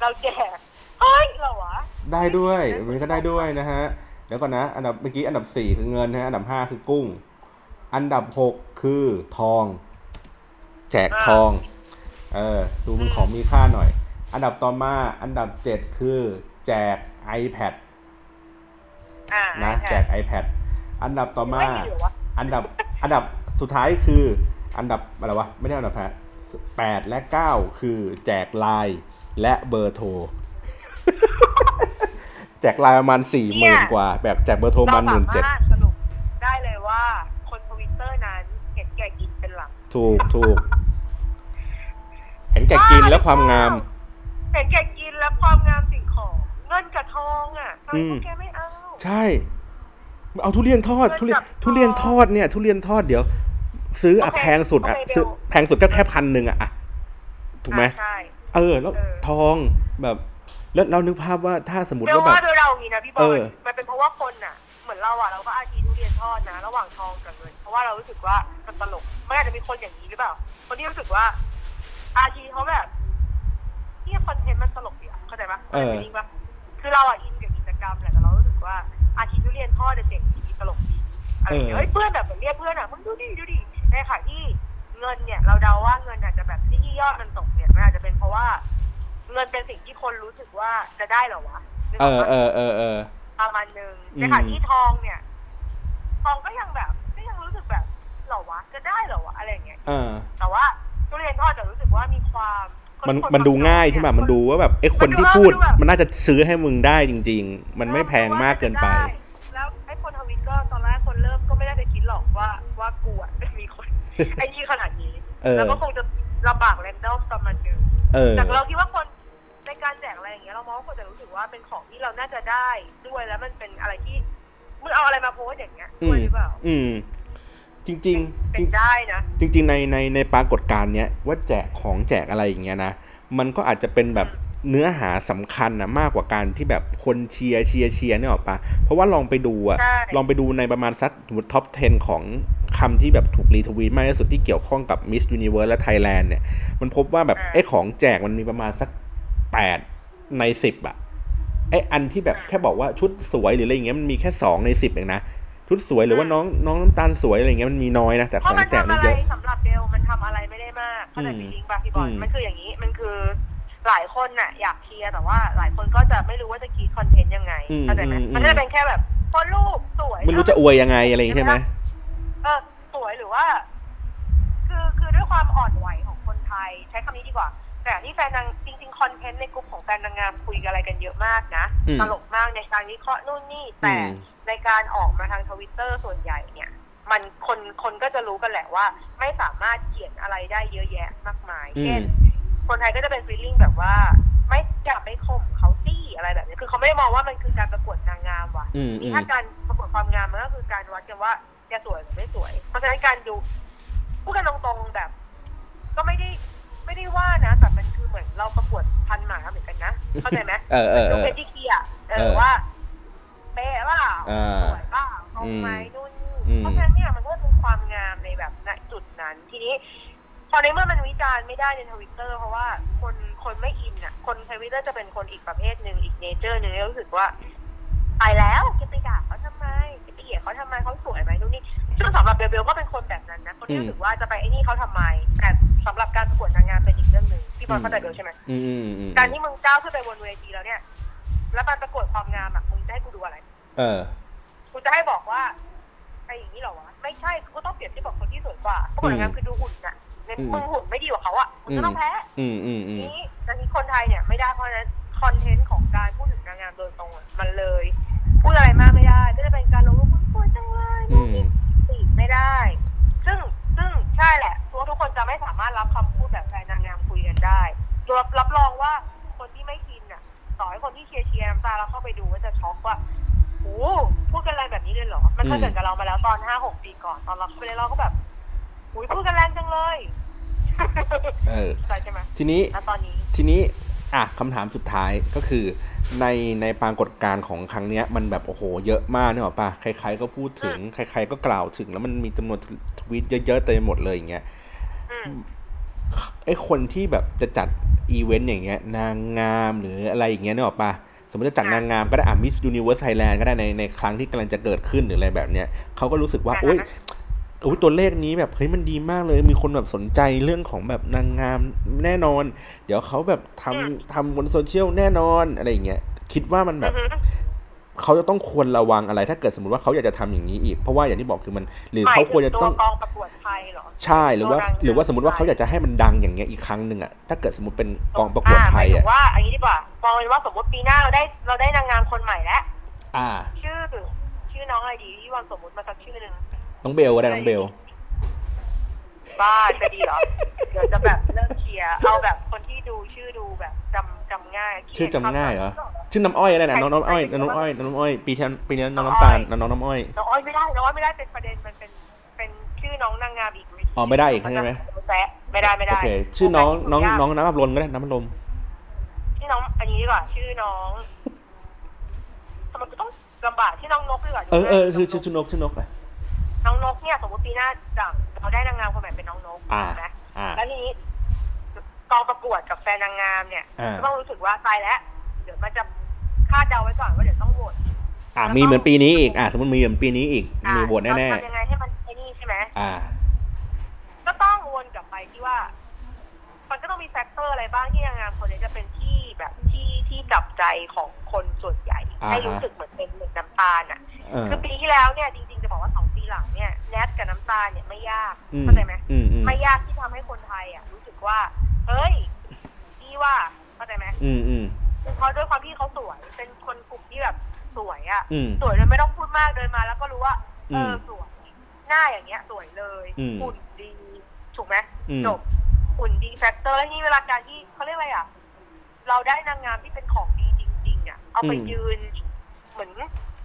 Speaker 2: เราแจกเฮ้ยเหราวะ
Speaker 1: ได้ด้วยมันก็ได้ด้วยนะฮะเดี๋ยวก่อนนะ อันดับเมื่อกี้อันดับสี่คือเงินนะฮะอันดับห้าคือกุ้ง อันดับหกคือทอง แจกทอง เออ ดูมันของมีค่าหน่อย อันดับต่อมาอันดับเจ็ดคือแจก iPad
Speaker 2: อ่า
Speaker 1: นะ
Speaker 2: นะ
Speaker 1: แจก iPad อันดับต่อมา
Speaker 2: ไม่มีเหรอวะ
Speaker 1: อันดับ อันดับสุดท้ายคือ อันดับอะไรวะไม่ได้อันดับแปดแปดและเก้าคือแจกไลน์และเบอร์โท ร แจกไลน์ประมาณสี่ห
Speaker 2: เนี่
Speaker 1: มื่
Speaker 2: ย
Speaker 1: นกว่า แบบแจกเบอร์โทรประมาณหมื่นเจ็ด
Speaker 2: รสามารถสรุปได้เลยว่าคนทวิตเตอร์นั้นเห็นแก่กินเป็นหลัก
Speaker 1: ถูกถูกเห็นแก่กินและความงาม
Speaker 2: เห็นแก่กินและความงามสิ่งของ เงินกับทองอ่ะทำไม
Speaker 1: อื
Speaker 2: พ
Speaker 1: ม
Speaker 2: วกแกไม่เอา
Speaker 1: ใช่ เอาทุเรียนทอดทุเรียน
Speaker 2: เงินจับ
Speaker 1: ทุเรียนทอดเนี่ย ทุเรียนทอดเดี๋ยว ซื้ออะ
Speaker 2: โอเค
Speaker 1: แพงสุดอะ
Speaker 2: โอเค
Speaker 1: ซื้อ
Speaker 2: เดี๋ยว
Speaker 1: แพงสุดก็แค่พันหนึ่งอะอะถูกไหม
Speaker 2: อ่าใช่
Speaker 1: เออ แล้ว
Speaker 2: เออ
Speaker 1: ทองแบบแล้วเรานึกภาพว่าถ้าสมมติ
Speaker 2: เรียก
Speaker 1: ว่าแบ
Speaker 2: ว่า
Speaker 1: บ
Speaker 2: โดยเราอย่างนี้นะพี่บอ
Speaker 1: เอ
Speaker 2: ล
Speaker 1: อ
Speaker 2: มันเป็นเพราะว่าคนอ่ะ เหมือนเราอ่ะเราก็อาชีพทุเรียนทอดนะ ระหว่างทองกับเงิน เพราะว่าเรารู้สึกว่ามันตลกไม่อาจจะมีคนอย่างนี้หรือเปล่า คนที่รู้สึกว่า อาชีพเขาแบบที่คอนเทนต์มันตลกดีอะเข้าใจปะ
Speaker 1: เออ
Speaker 2: จริงปะคือเราอ่ะอินกับกิจกรรมแหละแต่เรารู้สึกว่าอาชีพทุเรียนทอดเนี่ยเจ๋งดีตลกดีอะไรอย่างเงี้
Speaker 1: เออ
Speaker 2: ยเฮ้ยเพื่อนแบบเหมือนเรียกเพื่อนอ่ะมึงดูดิดูดิในขณะที่เงินเนี่ย เราเดาว่าเงินอาจจะแบบที่ยอดมันตกเนี่ยมันอาจจะเป็นเพราะว่า เงินเป็นสิ่งที่คนรู้สึกว่าจะได้เหรอวะนึก
Speaker 1: เอก อ
Speaker 2: ปะ
Speaker 1: เออเออเออ
Speaker 2: ประมาณหนึ่ง
Speaker 1: อืม
Speaker 2: ในขณะที่ทองเนี่ย ทองก็ยังแบบ ก็ยังรู้สึกแบบเหรอวะ จะได้เหรอวะ อะไรอย่างเงี้ย
Speaker 1: เออ
Speaker 2: แต่ว่าทุเรียนทอดจะรู้สึกว่ามีความ
Speaker 1: มัน
Speaker 2: คๆ
Speaker 1: มันดูง่ายใช่ไหม
Speaker 2: เย
Speaker 1: มันดูว่าแบบไอ้คน
Speaker 2: มันดู
Speaker 1: ที่
Speaker 2: ว่า
Speaker 1: พูด
Speaker 2: มันดูแบบ
Speaker 1: มันน่าจะซื้อให้มึงได้จริง ๆ มันไม่แพงมากเกินไป
Speaker 2: ออแล้วไอ้คนทวิตก็ตอนแรกคนเริ่มก็ไม่ได้ไปคิดหรอกว่าว่ากูอ่ะ มีคน ไอ้ยี่ขนาดนี้
Speaker 1: เออ
Speaker 2: แล้วก็คงจะลำบากแรนดอมประมาณหนึง
Speaker 1: เออ
Speaker 2: แต่เราคิดว่าคนในการแจกอะไรอย่างเงี้ยเรามองว่าคนจะรู้สึกว่าเป็นของที่เราน่าจะได้ด้วยแล้วมันเป็นอะไรที่มึงเอาอะไรมาโพสต์อย่างเงี้ย
Speaker 1: อื
Speaker 2: ด้วย
Speaker 1: ม
Speaker 2: หรือเปล่า
Speaker 1: อืม จริง ๆ จริง
Speaker 2: เป็นได้นะ
Speaker 1: จริง ๆ ในในในปรากฏการณ์เนี้ยว่าแจกของแจกอะไรอย่างเงี้ยนะ มันก็อาจจะเป็นแบบเนื้อหาสำคัญนะมากกว่าการที่แบบคนเชียร์เชียร์เชียร์เนี่ยหรอกปะเพราะว่าลองไปดูอะ
Speaker 2: ใช่
Speaker 1: ลองไปดูในประมาณสักท็อป 10 ของคำที่แบบถูกรีทวีตมากที่สุดที่เกี่ยวข้องกับ Miss Universe และ Thailand เนี่ย มันพบว่าแบบ
Speaker 2: อ่า
Speaker 1: ไอ้ของแจกมันมีประมาณสัก 8 ใน 10อะไอ้อันที่แบบ
Speaker 2: อ่า
Speaker 1: แค่บอกว่าชุดสวยหรืออะไรอย่างเงี้ยมันมีแค่ 2 ใน 10เองนะ ชุดสวยหรือว่า
Speaker 2: อืม
Speaker 1: น้องน้องน้ำตาลสวยอะไรอย่างเงี้ยมันมีน้อยนะ แต่
Speaker 2: เพ
Speaker 1: ขอ
Speaker 2: ราะ
Speaker 1: ง
Speaker 2: มัน
Speaker 1: แจก
Speaker 2: ทำ
Speaker 1: นี่
Speaker 2: อะไร
Speaker 1: เยอะ
Speaker 2: สำหรับเบลมันทำอะไรไม่ได้มากเข้าใจ
Speaker 1: อืม
Speaker 2: ฟีลลิ่งป่ะพี่บอล
Speaker 1: อืม
Speaker 2: มันคืออย่างนี้มันคือหลายคนน่ะ อยากเชียร์แต่ว่าหลายคนก็จะไม่รู้ว่าจะคิดคอนเทนต์ยังไงเข้าใจไหมมันก็จะเป็นแค่แบบโพสต์รูปสวย
Speaker 1: ไม่รู้จะอวยยังไงอะไรอย่างงี้ใช่ไหม
Speaker 2: เออสวยหรือว่า คือคือด้วยความอ่อนไหวของคนไทย ใช้คำนี้ดีกว่า แต่นี่แฟนนางจริงๆคอนเทนต์ในกลุ่มของแฟนนางงามคุยกันอะไรกันเยอะมากนะ
Speaker 1: อืม
Speaker 2: ตลกมากในการวิเคราะห์นู่นนี่ แต่
Speaker 1: อืม
Speaker 2: ในการออกมาทางทวิตเตอร์ส่วนใหญ่เนี่ย มันคนคนก็จะรู้กันแหละว่า ไม่สามารถเขียนอะไรได้เยอะแยะมากมาย
Speaker 1: อื
Speaker 2: เช่
Speaker 1: ม
Speaker 2: น คนไทยก็จะเป็นฟีลลิ่งแบบว่า ไม่อยากไปข่มเขาตี้อะไรแบบนี้คือเขาไม่ได้มองว่ามันคือการประกวดนางงามว่ะ
Speaker 1: อืมอืม
Speaker 2: ถ้าการประกวดความงามมันก็คือการวัดกันว่าจะสวยหรือไม่สวย เพราะฉะนั้นการดูพูดกันตรงๆแบบ ก็ไม่ได้ไม่ได้ว่านะแต่มันคือเหมือนเราประกวดพันหมาเหมือนกันนะเข้าใจไหม
Speaker 1: เออเออเอ
Speaker 2: ดู
Speaker 1: อ
Speaker 2: เพชรที่เคียร์เอ
Speaker 1: เอ
Speaker 2: อ
Speaker 1: อ
Speaker 2: ว่าเป๊ะเปล่า
Speaker 1: อ่า
Speaker 2: สวยเปล่าตรงไหม
Speaker 1: อืม
Speaker 2: นู่น
Speaker 1: อื
Speaker 2: นี่
Speaker 1: ม
Speaker 2: เพราะฉะนั้นเนี่ยมันก็เป็นความงามในแบบณจุดนั้น ทีนี้ พอในเมื่อมันวิจารณ์ไม่ได้ในทวิตเตอร์เพราะว่าคนคนไม่อินอ่ะ คนทวิตเตอร์จะเป็นคนอีกประเภทหนึ่งอีกเนเจอร์หนึ่งแล้วรู้สึกว่าไปแล้วจะไปด่าเขาทำไมจะไปเหยียดเขาทำไมเขาสวยไหมนู่นนี่ซึ่งสำหรับเบลเบลก็เป็นคนแบบนั้นนะคนที่รู้สึกว่าจะไปไอ้นี่เขาทำไม แต่สำหรับการประกวดนางงามเป็นอีกเรื่องหนึ่งพี่บอลเข้าใจเบลใช่ไหม
Speaker 1: อืมอืมอืม
Speaker 2: การที่มึงก้าวขึ้นไปบนเวทีแล้วเนี่ย แล้วมันประกวดความงามอ่ะ มึงจะให้กูดูอะไร
Speaker 1: เออ
Speaker 2: กูจะให้บอกว่าไอ้อย่างนี้เหรอวะ ไม่ใช่ กูก็ต้องเปรียบเทียบกับคนที่สวยกว่าประกวดนางงามคือดูหุ่นน่ะใน
Speaker 1: อืม
Speaker 2: มึงหุ่นไม่ดีกว่าเขาอ่ะ มึงก็ต้องแพ้
Speaker 1: อืมอืมอืม
Speaker 2: นี้แต่นี้คนไทยเนี่ยไม่ได้เพราะฉะนั้นคอนเทนต์ของการพูดถึงนางงามโดยตรงอะมันเลย พูดอะไรมากไม่ได้ ก็จะเป็นการลงรูปมึงสวยจังเลย
Speaker 1: อื
Speaker 2: นู่น
Speaker 1: ม
Speaker 2: นี่ ติไม่ได้ ซึ่งซึ่งใช่แหละทุกทุกคนจะไม่สามารถรับคำพูดแบบแฟนนางงามคุยกันได้รับรับรองว่าคนที่ไม่ชินอ่ะ ต่อให้คนที่เชียร์เชียร์น้ำตาแล้วเข้าไปดูก็จะช็อกว่าโอ้พูดกันแรงแบบนี้เลยเหรอ มันเคยเกิดกับเรามาแล้วตอนห้าหกปีก่อน ตอนเราเข้าไปเล่นเราก็แบบอุ้ยพูดกันแรงจังเลย
Speaker 1: เออ
Speaker 2: ใช่ใช่ไหม
Speaker 1: ทีนี้
Speaker 2: แล้วตอนนี้
Speaker 1: ทีนี้ อ่ะคำถามสุดท้ายก็คือ ในในปรากฏการณ์ของครั้งเนี้ย มันแบบโอ้โหเยอะมากเนี่ยหรอกปะใครๆก็พูดถึง ใคร ๆก็กล่าวถึง แล้วมันมีจำนวนทวีตเยอะๆเต็มไปหมดเลยอย่างเงี้ย
Speaker 2: อืม
Speaker 1: ไอ้คนที่แบบจะจัดอีเวนต์อย่างเงี้ยนางงามหรืออะไรอย่างเงี้ยนึกออกปะสมมติจะจัดนางงามก็ได้อ่ะมิสยูนิเวอร์สไทยแลนด์ก็ได้ในในครั้งที่กำลังจะเกิดขึ้นหรืออะไรแบบเนี้ยเขาก็รู้สึกว่า
Speaker 2: อ่าฮะ
Speaker 1: โอ๊ยโอ้ยตัวเลขนี้แบบเฮ้ยมันดีมากเลยมีคนแบบสนใจเรื่องของแบบนางงามแน่นอน เดี๋ยวเขาแบบทำทำบนโซเชียลแน่นอนอะไรอย่างเงี้ยคิดว่ามันแบบ
Speaker 2: อือฮึ
Speaker 1: เขาจะต้องควรระวังอะไร ถ้าเกิดสมมติว่าเขาอยากจะทำอย่างนี้อีก เพราะว่าอย่างที่บอกคือมัน หรือเขาควรจะต้อง
Speaker 2: หมายถึกองประกวดไทยเหรอ
Speaker 1: ใช่ หรือว่า
Speaker 2: ตัวดัง
Speaker 1: หรือว่าสมมติว่าเขาอยากจะให้มันดังอย่างเงี้ยอีกครั้งหนึ่งอะถ้าเกิดสมมติเป็นกองประกวดไทย
Speaker 2: หมาถึ
Speaker 1: อะ
Speaker 2: งว่าอันนี้ดีกว่ามองเป็นว่าสมมติปีหน้าเราได้เราได้นางงามคนใหม่แล้ว
Speaker 1: อ่า
Speaker 2: ชื่อชื่อน้องอะไรดีพี่วันสมมติมาสักชื่อหนึ่ง
Speaker 1: น้องเบลก็ได้น้องเบล
Speaker 2: บ้าจะดีเหรอ เดี๋ยวจะแบบเริ่มเชียร์เอาแบบคนที่ดูชื่อดูแบบจำจำง่าย
Speaker 1: ชื่อจำง่ายเหรอ ชื่อน้ำอ้อยอะไรนะน้องน้ำอ้อยน้องน้ำอ้อยน้องน้ำอ้อย ปีที่แล้วปีนี้น้องน้ำตาลน้องน้องน้ำอ้อย
Speaker 2: น้องอ้อยไม่ได้น้องอ้อยไม่ได้เป็นประเด็นมันเป็นเป็นชื่อน้องนางงามอีกเวที
Speaker 1: อ๋อไม่ได้อีกใช่ไหม
Speaker 2: แซะไม่ได้ไม่
Speaker 1: โอ
Speaker 2: ได้
Speaker 1: เค ชื่อน้องน้องน้องน้ำอับลมก็ได้น้ำอับลม
Speaker 2: ชื่อน้องอันนี้ดีกว่าชื่อน้องทำไมกูต้องลำบากชื่อน้องนกดีกว่า
Speaker 1: เออเออชื่อชื่อชื่อนกชื่อนกนะ
Speaker 2: น้องนกเนี่ยสมมติปีหน้าจังเราได้นางงามคนใหม่เป็นน้องนก
Speaker 1: อ่า
Speaker 2: ใช่ไหม
Speaker 1: อ่า
Speaker 2: แล้วทีนี้กองประกวดกับแฟนนางงามเนี่ย
Speaker 1: อ่า
Speaker 2: ก็ต้องรู้สึกว่าตายแล้วเดี๋ยวมันจะคาดเดาไว้ก่อนว่าเดี๋ยวต้องโหวต
Speaker 1: อ่ามีเหมือนปีนี้อีก อ่าสมมติมีเหมือนปีนี้อีก
Speaker 2: อ่ะ
Speaker 1: มีโหวตแน่
Speaker 2: เราทำยังไงให้มันไอ้นี่ใช่ไหม
Speaker 1: ๆ อ่า
Speaker 2: ก็ต้องวนกลับไปที่ว่า มันก็ต้องมีแฟกเตอร์อะไรบ้างที่นางงามคนนี้จะเป็นที่แบบที่ที่จับใจของคนส่วนใหญ่
Speaker 1: อ่าฮะ
Speaker 2: ให้รู้สึกเหมือนเป็นเหมือนน้ำตาลอ่ะ
Speaker 1: เออ
Speaker 2: คือปีที่แล้วเนี่ยจริงๆจะบอกว่าสองปีหลังเนี่ยแนทกับน้ำตาลเนี่ยไม่ยาก
Speaker 1: อืม
Speaker 2: เข้าใจไหม
Speaker 1: อืมอืม
Speaker 2: ไม่ยากที่ทำให้คนไทยอ่ะ รู้สึกว่า เฮ้ยนี่ว่าเข้าใจไหม
Speaker 1: อืมอืม
Speaker 2: เพราะด้วยความที่เขาสวย เป็นคนกลุ่มที่แบบสวยอ่ะ
Speaker 1: อืม
Speaker 2: สวยโดยไม่ต้องพูดมากเดินมา แล้วก็รู้ว่า เออ
Speaker 1: ม
Speaker 2: อสวย หน้าอย่างเงี้ย สวยเลย
Speaker 1: อืม
Speaker 2: หุ่นดี ถูกไหม
Speaker 1: อืม
Speaker 2: จบหุ่นดีแฟกเตอร์ แล้วที่เวลาการที่เขาเรียกอะไรอ่ะ เราได้นางงามที่เป็นของดีจริง ๆ อ่ะ เอาไปยืน เหมือน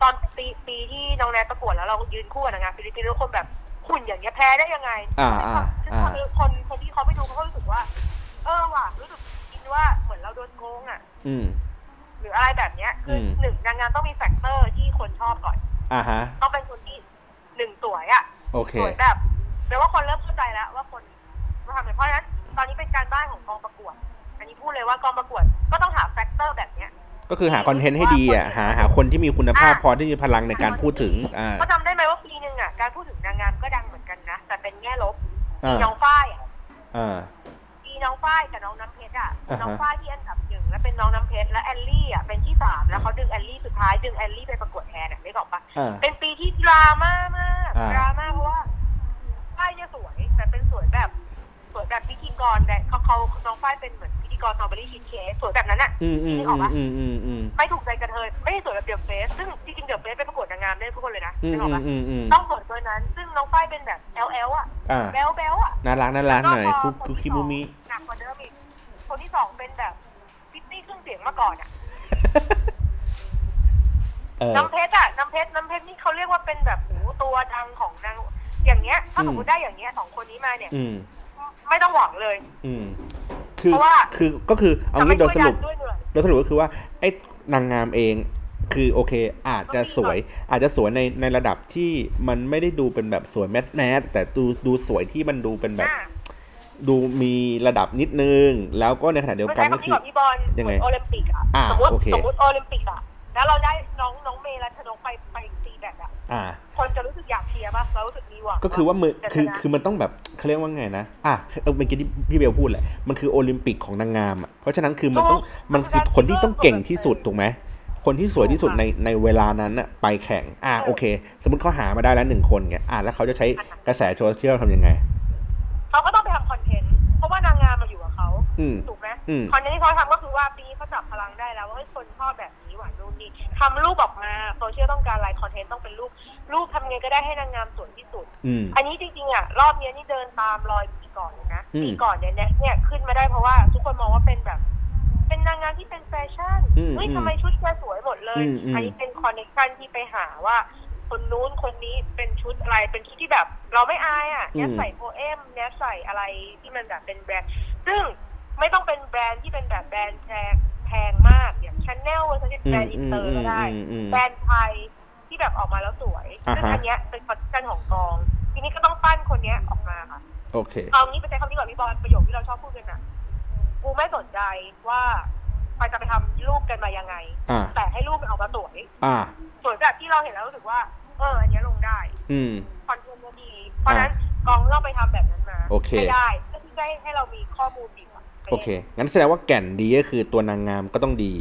Speaker 2: ตอนปีปีที่น้องแนทประกวดแล้วเรายืนคู่กับนางงามฟิลิปปินส์แล้วคนแบบหุ่นอย่างเงี้ยแพ้ได้ยังไง
Speaker 1: อ่าอ่า
Speaker 2: ซึ่ง
Speaker 1: อ่า
Speaker 2: คนคนคนที่เขาไม่ดูเขาก็รู้สึกว่า เออว่ะรู้สึกกินว่าเหมือนเราโดนโกงอ่ะ
Speaker 1: อืม
Speaker 2: หรืออะไรแบบเนี้ยคืออ
Speaker 1: ม
Speaker 2: หนึ่งนางงามต้องมีแฟกเตอร์ที่คนชอบก่อน
Speaker 1: อ่าฮะ
Speaker 2: ต้องเป็นคนที่หนึ่งสวยอ่ะ
Speaker 1: โอเค
Speaker 2: สวยแบบแปลว่าคนเริ่มเข้าใจแล้วว่าคนมาทำอะไรเพราะฉะนั้นตอนนี้เป็นการบ้านของกองประกวด อันนี้พูดเลยว่ากองประกวดก็ต้องหาแฟกเตอร์แบบเนี้ย
Speaker 1: ก็คือหาคอนเทนต์ให้ดีอ่ะ หาหาคนที่มีคุณภาพพอที่มีพลังในการพูดถึง อ่า
Speaker 2: ก็จำได้ไหมว่าปีหนึ่งอ่ะการพูดถึงนางงามก็ดังเหมือนกันนะแต่เป็นแง่ลบ
Speaker 1: อ่า
Speaker 2: น้องฝ้ายอ่ะ
Speaker 1: อ่า
Speaker 2: มีน้องฝ้ายกับน้องน้ำเพชรอ่ะ
Speaker 1: อ่าฮะ
Speaker 2: น้องฝ้ายที่อันดับหนึ่งแล้วเป็นน้องน้ำเพชรแล้วแอลลี่อ่ะเป็นที่สามแล้วเขาดึงแอลลี่สุดท้ายดึงแอลลี่ไปประกวดแทนอ่ะไม่บอกปะ
Speaker 1: อ่า
Speaker 2: เป็นปีที่ดราม่ามาก
Speaker 1: อ่า
Speaker 2: ดราม่าเพราะว่าฝ้ายเนี่ยสวยแต่เป็นสวยแบบสวยแบบพิธีกรแต่เขาเขาน้องฝ้ายเป็นเหมือนพิธีกรสตรอเบอรี่ชีสเค้กสวยแบบนั้นอ่ะ
Speaker 1: อืมอืมอืมอืมอืมอืม
Speaker 2: ไม่ถูกใจกระเทยไม่ได้สวยแบบเดี่ยวเฟสซึ่งจริงๆเดี่ยวเฟสไปประกวดนางงามได้ทุกคนเลยนะ
Speaker 1: อืม
Speaker 2: ไม่บอกปะ
Speaker 1: อืมอืม
Speaker 2: ต้องสวยตัวนั้น ซึ่งน้องฝ้ายเป็นแบบแอลแอลอ่ะ
Speaker 1: อ่า
Speaker 2: แบลแบลอ่ะ
Speaker 1: น่ารักน่ารักหน่อยคุกคุกคิมูมิ
Speaker 2: หนักกว่าเดิมอีก คนที่สองเป็นแบบพิตตี้เครื่องเสียงมาก่อนอ่ะ
Speaker 1: เออ
Speaker 2: น้ำเพชรอ่ะ น้ำเพชร น้ำเพชรนี่เขาเรียกว่าเป็นแบบหูตัวดังของนาง อย่างเงี้ย ถ้าสมม
Speaker 1: อื
Speaker 2: ติ
Speaker 1: ม
Speaker 2: ได้อย่างเงี้ยสองคนนี้มาเนี่ย
Speaker 1: อืม
Speaker 2: ไม่ต้องหวังเลย
Speaker 1: อืมคือ คือ ก็คือ เอา
Speaker 2: จะไม่
Speaker 1: งี้โดยส
Speaker 2: ช่วย
Speaker 1: รุป
Speaker 2: ดันด้วยเหนื่อย
Speaker 1: โดยสรุปก็คือว่า ไอ้นางงามเอง คือโอเค อาจจะสวย อาจจะสวยในในระดับที่มันไม่ได้ดูเป็นแบบสวยแมสแมสแต่ดูดูสวยที่มันดูเป็นแบบ
Speaker 2: อ่ะ
Speaker 1: ดูมีระดับนิดนึง แล้วก็ในขณะเดียว
Speaker 2: ไม่
Speaker 1: กั
Speaker 2: ใช่
Speaker 1: น
Speaker 2: คำ
Speaker 1: ก็
Speaker 2: นี้
Speaker 1: คือ
Speaker 2: ของพี่บอล
Speaker 1: ยังไง
Speaker 2: เหมือนโอลิมปิกอ่ะ
Speaker 1: อ่า
Speaker 2: สมมติ
Speaker 1: โอเค
Speaker 2: สมมติโอลิมปิกอ่ะแล้วเราได้น้องน้องเมย์รัชนกไปไปตีแบดอ่ะ
Speaker 1: อ่า
Speaker 2: คนจะรู้สึกอยากเชียร์ป่ะเรารู้สึกมีหวังปะ
Speaker 1: ก็คือว่ามือ
Speaker 2: แต่
Speaker 1: คือ
Speaker 2: ชนะ
Speaker 1: คือมันต้องแบบเขาเรียกว่าไงนะ อ่ะเออเมื่อกี้ที่พี่เบลพูดแหละ มันคือโอลิมปิกของนางงามอ่ะ เพราะฉะนั้นคือมันต้องมันคือคนที่ต้องเก่งที่สุดถูกไหม คนที่สวยที่สุดในในเวลานั้นน่ะไปแข่ง อ่ะโอเค สมมติเขาหามาได้แล้วหนึ่งคนไงอ่ะแล้วเขาจะใช้กระแสโซเชียลทำยังไง
Speaker 2: เขาก็ต้องไปทำคอนเทนต์เพราะว่านางงามมาอยู่กับเขา
Speaker 1: อืม
Speaker 2: ถูกไหม
Speaker 1: อืม
Speaker 2: คอนเทนต์ที่เขาทำก็คือว่าปีนี้เขาจับพลังได้แล้วว่าเฮ้ยคนชอบแบบนี้หวานนู่นนี่ทำรูปออกมาโซเชียลต้องการอะไรคอนเทนต์ต้องเป็นรูปรูปทำไงก็ได้ให้นางงามสวยที่สุด
Speaker 1: อืม
Speaker 2: อันนี้จริงๆอ่ะรอบเนี้ยนี่เดินตามรอยปีก่อนเลยนะ
Speaker 1: อืม
Speaker 2: ปีก่อนเนี่ยแน็กเนี่ยขึ้นมาได้เพราะว่าทุกคนมองว่าเป็นแบบ เป็นนางงามที่เป็นแฟชั่น
Speaker 1: อืม
Speaker 2: เฮ้ย
Speaker 1: อืม
Speaker 2: ทำไมชุดแกสวยหมดเลย
Speaker 1: อืมอืม
Speaker 2: นนี้เป็นคอนเนคชันที่ไปหาว่า คนนู้นคนนี้เป็นชุดอะไรเป็นชุดที่แบบ เราไม่อายอ่ะแนทใส่โพเอมแนทใส่อะไรที่มันแบบเป็นแบรนด์ซึ่งไม่ต้องเป็นแบรนด์ที่เป็นแบบแบรนด์แพงแพงมากอย่างชาแนลหรือจะ
Speaker 1: อื
Speaker 2: แบร
Speaker 1: ม
Speaker 2: นด์อิ
Speaker 1: อื
Speaker 2: น
Speaker 1: ม
Speaker 2: เตอร์
Speaker 1: อืม
Speaker 2: ก็ได้
Speaker 1: อืม
Speaker 2: แบรนด์ไทยที่แบบออกมาแล้วสวย
Speaker 1: อ่า
Speaker 2: ซึ่
Speaker 1: ฮะ
Speaker 2: งอันเนี้ยเป็นคอนเทนต์ของกอง ทีนี้ก็ต้องปั้นคนเนี้ยออกมาค่ะ
Speaker 1: โอเค
Speaker 2: เอางี้ไปใช้คำนี้ก่อนพี่บอลประโยคที่เราชอบพูดกันนะกูไม่สนใจว่าใครจะไปทำรูปกันมายังไง
Speaker 1: อ่ะ
Speaker 2: แต่ให้รูปมันออกมาสวย
Speaker 1: อ่ะ
Speaker 2: สวยแบบที่เราเห็นแล้วรู้สึกว่า เอออันเนี้ยลงได้
Speaker 1: อืม
Speaker 2: คอนเทนต์ก็ดี เพราะฉะนั้นกองเราไปทำแบบนั้นมา
Speaker 1: โอเค
Speaker 2: ไม่ได้ก็ที่ได้ให้เรามีข้อมูลดีกว่า
Speaker 1: โอเค งั้นแสดงว่าแก่นดีก็คือตัวนางงามก็ต้องดี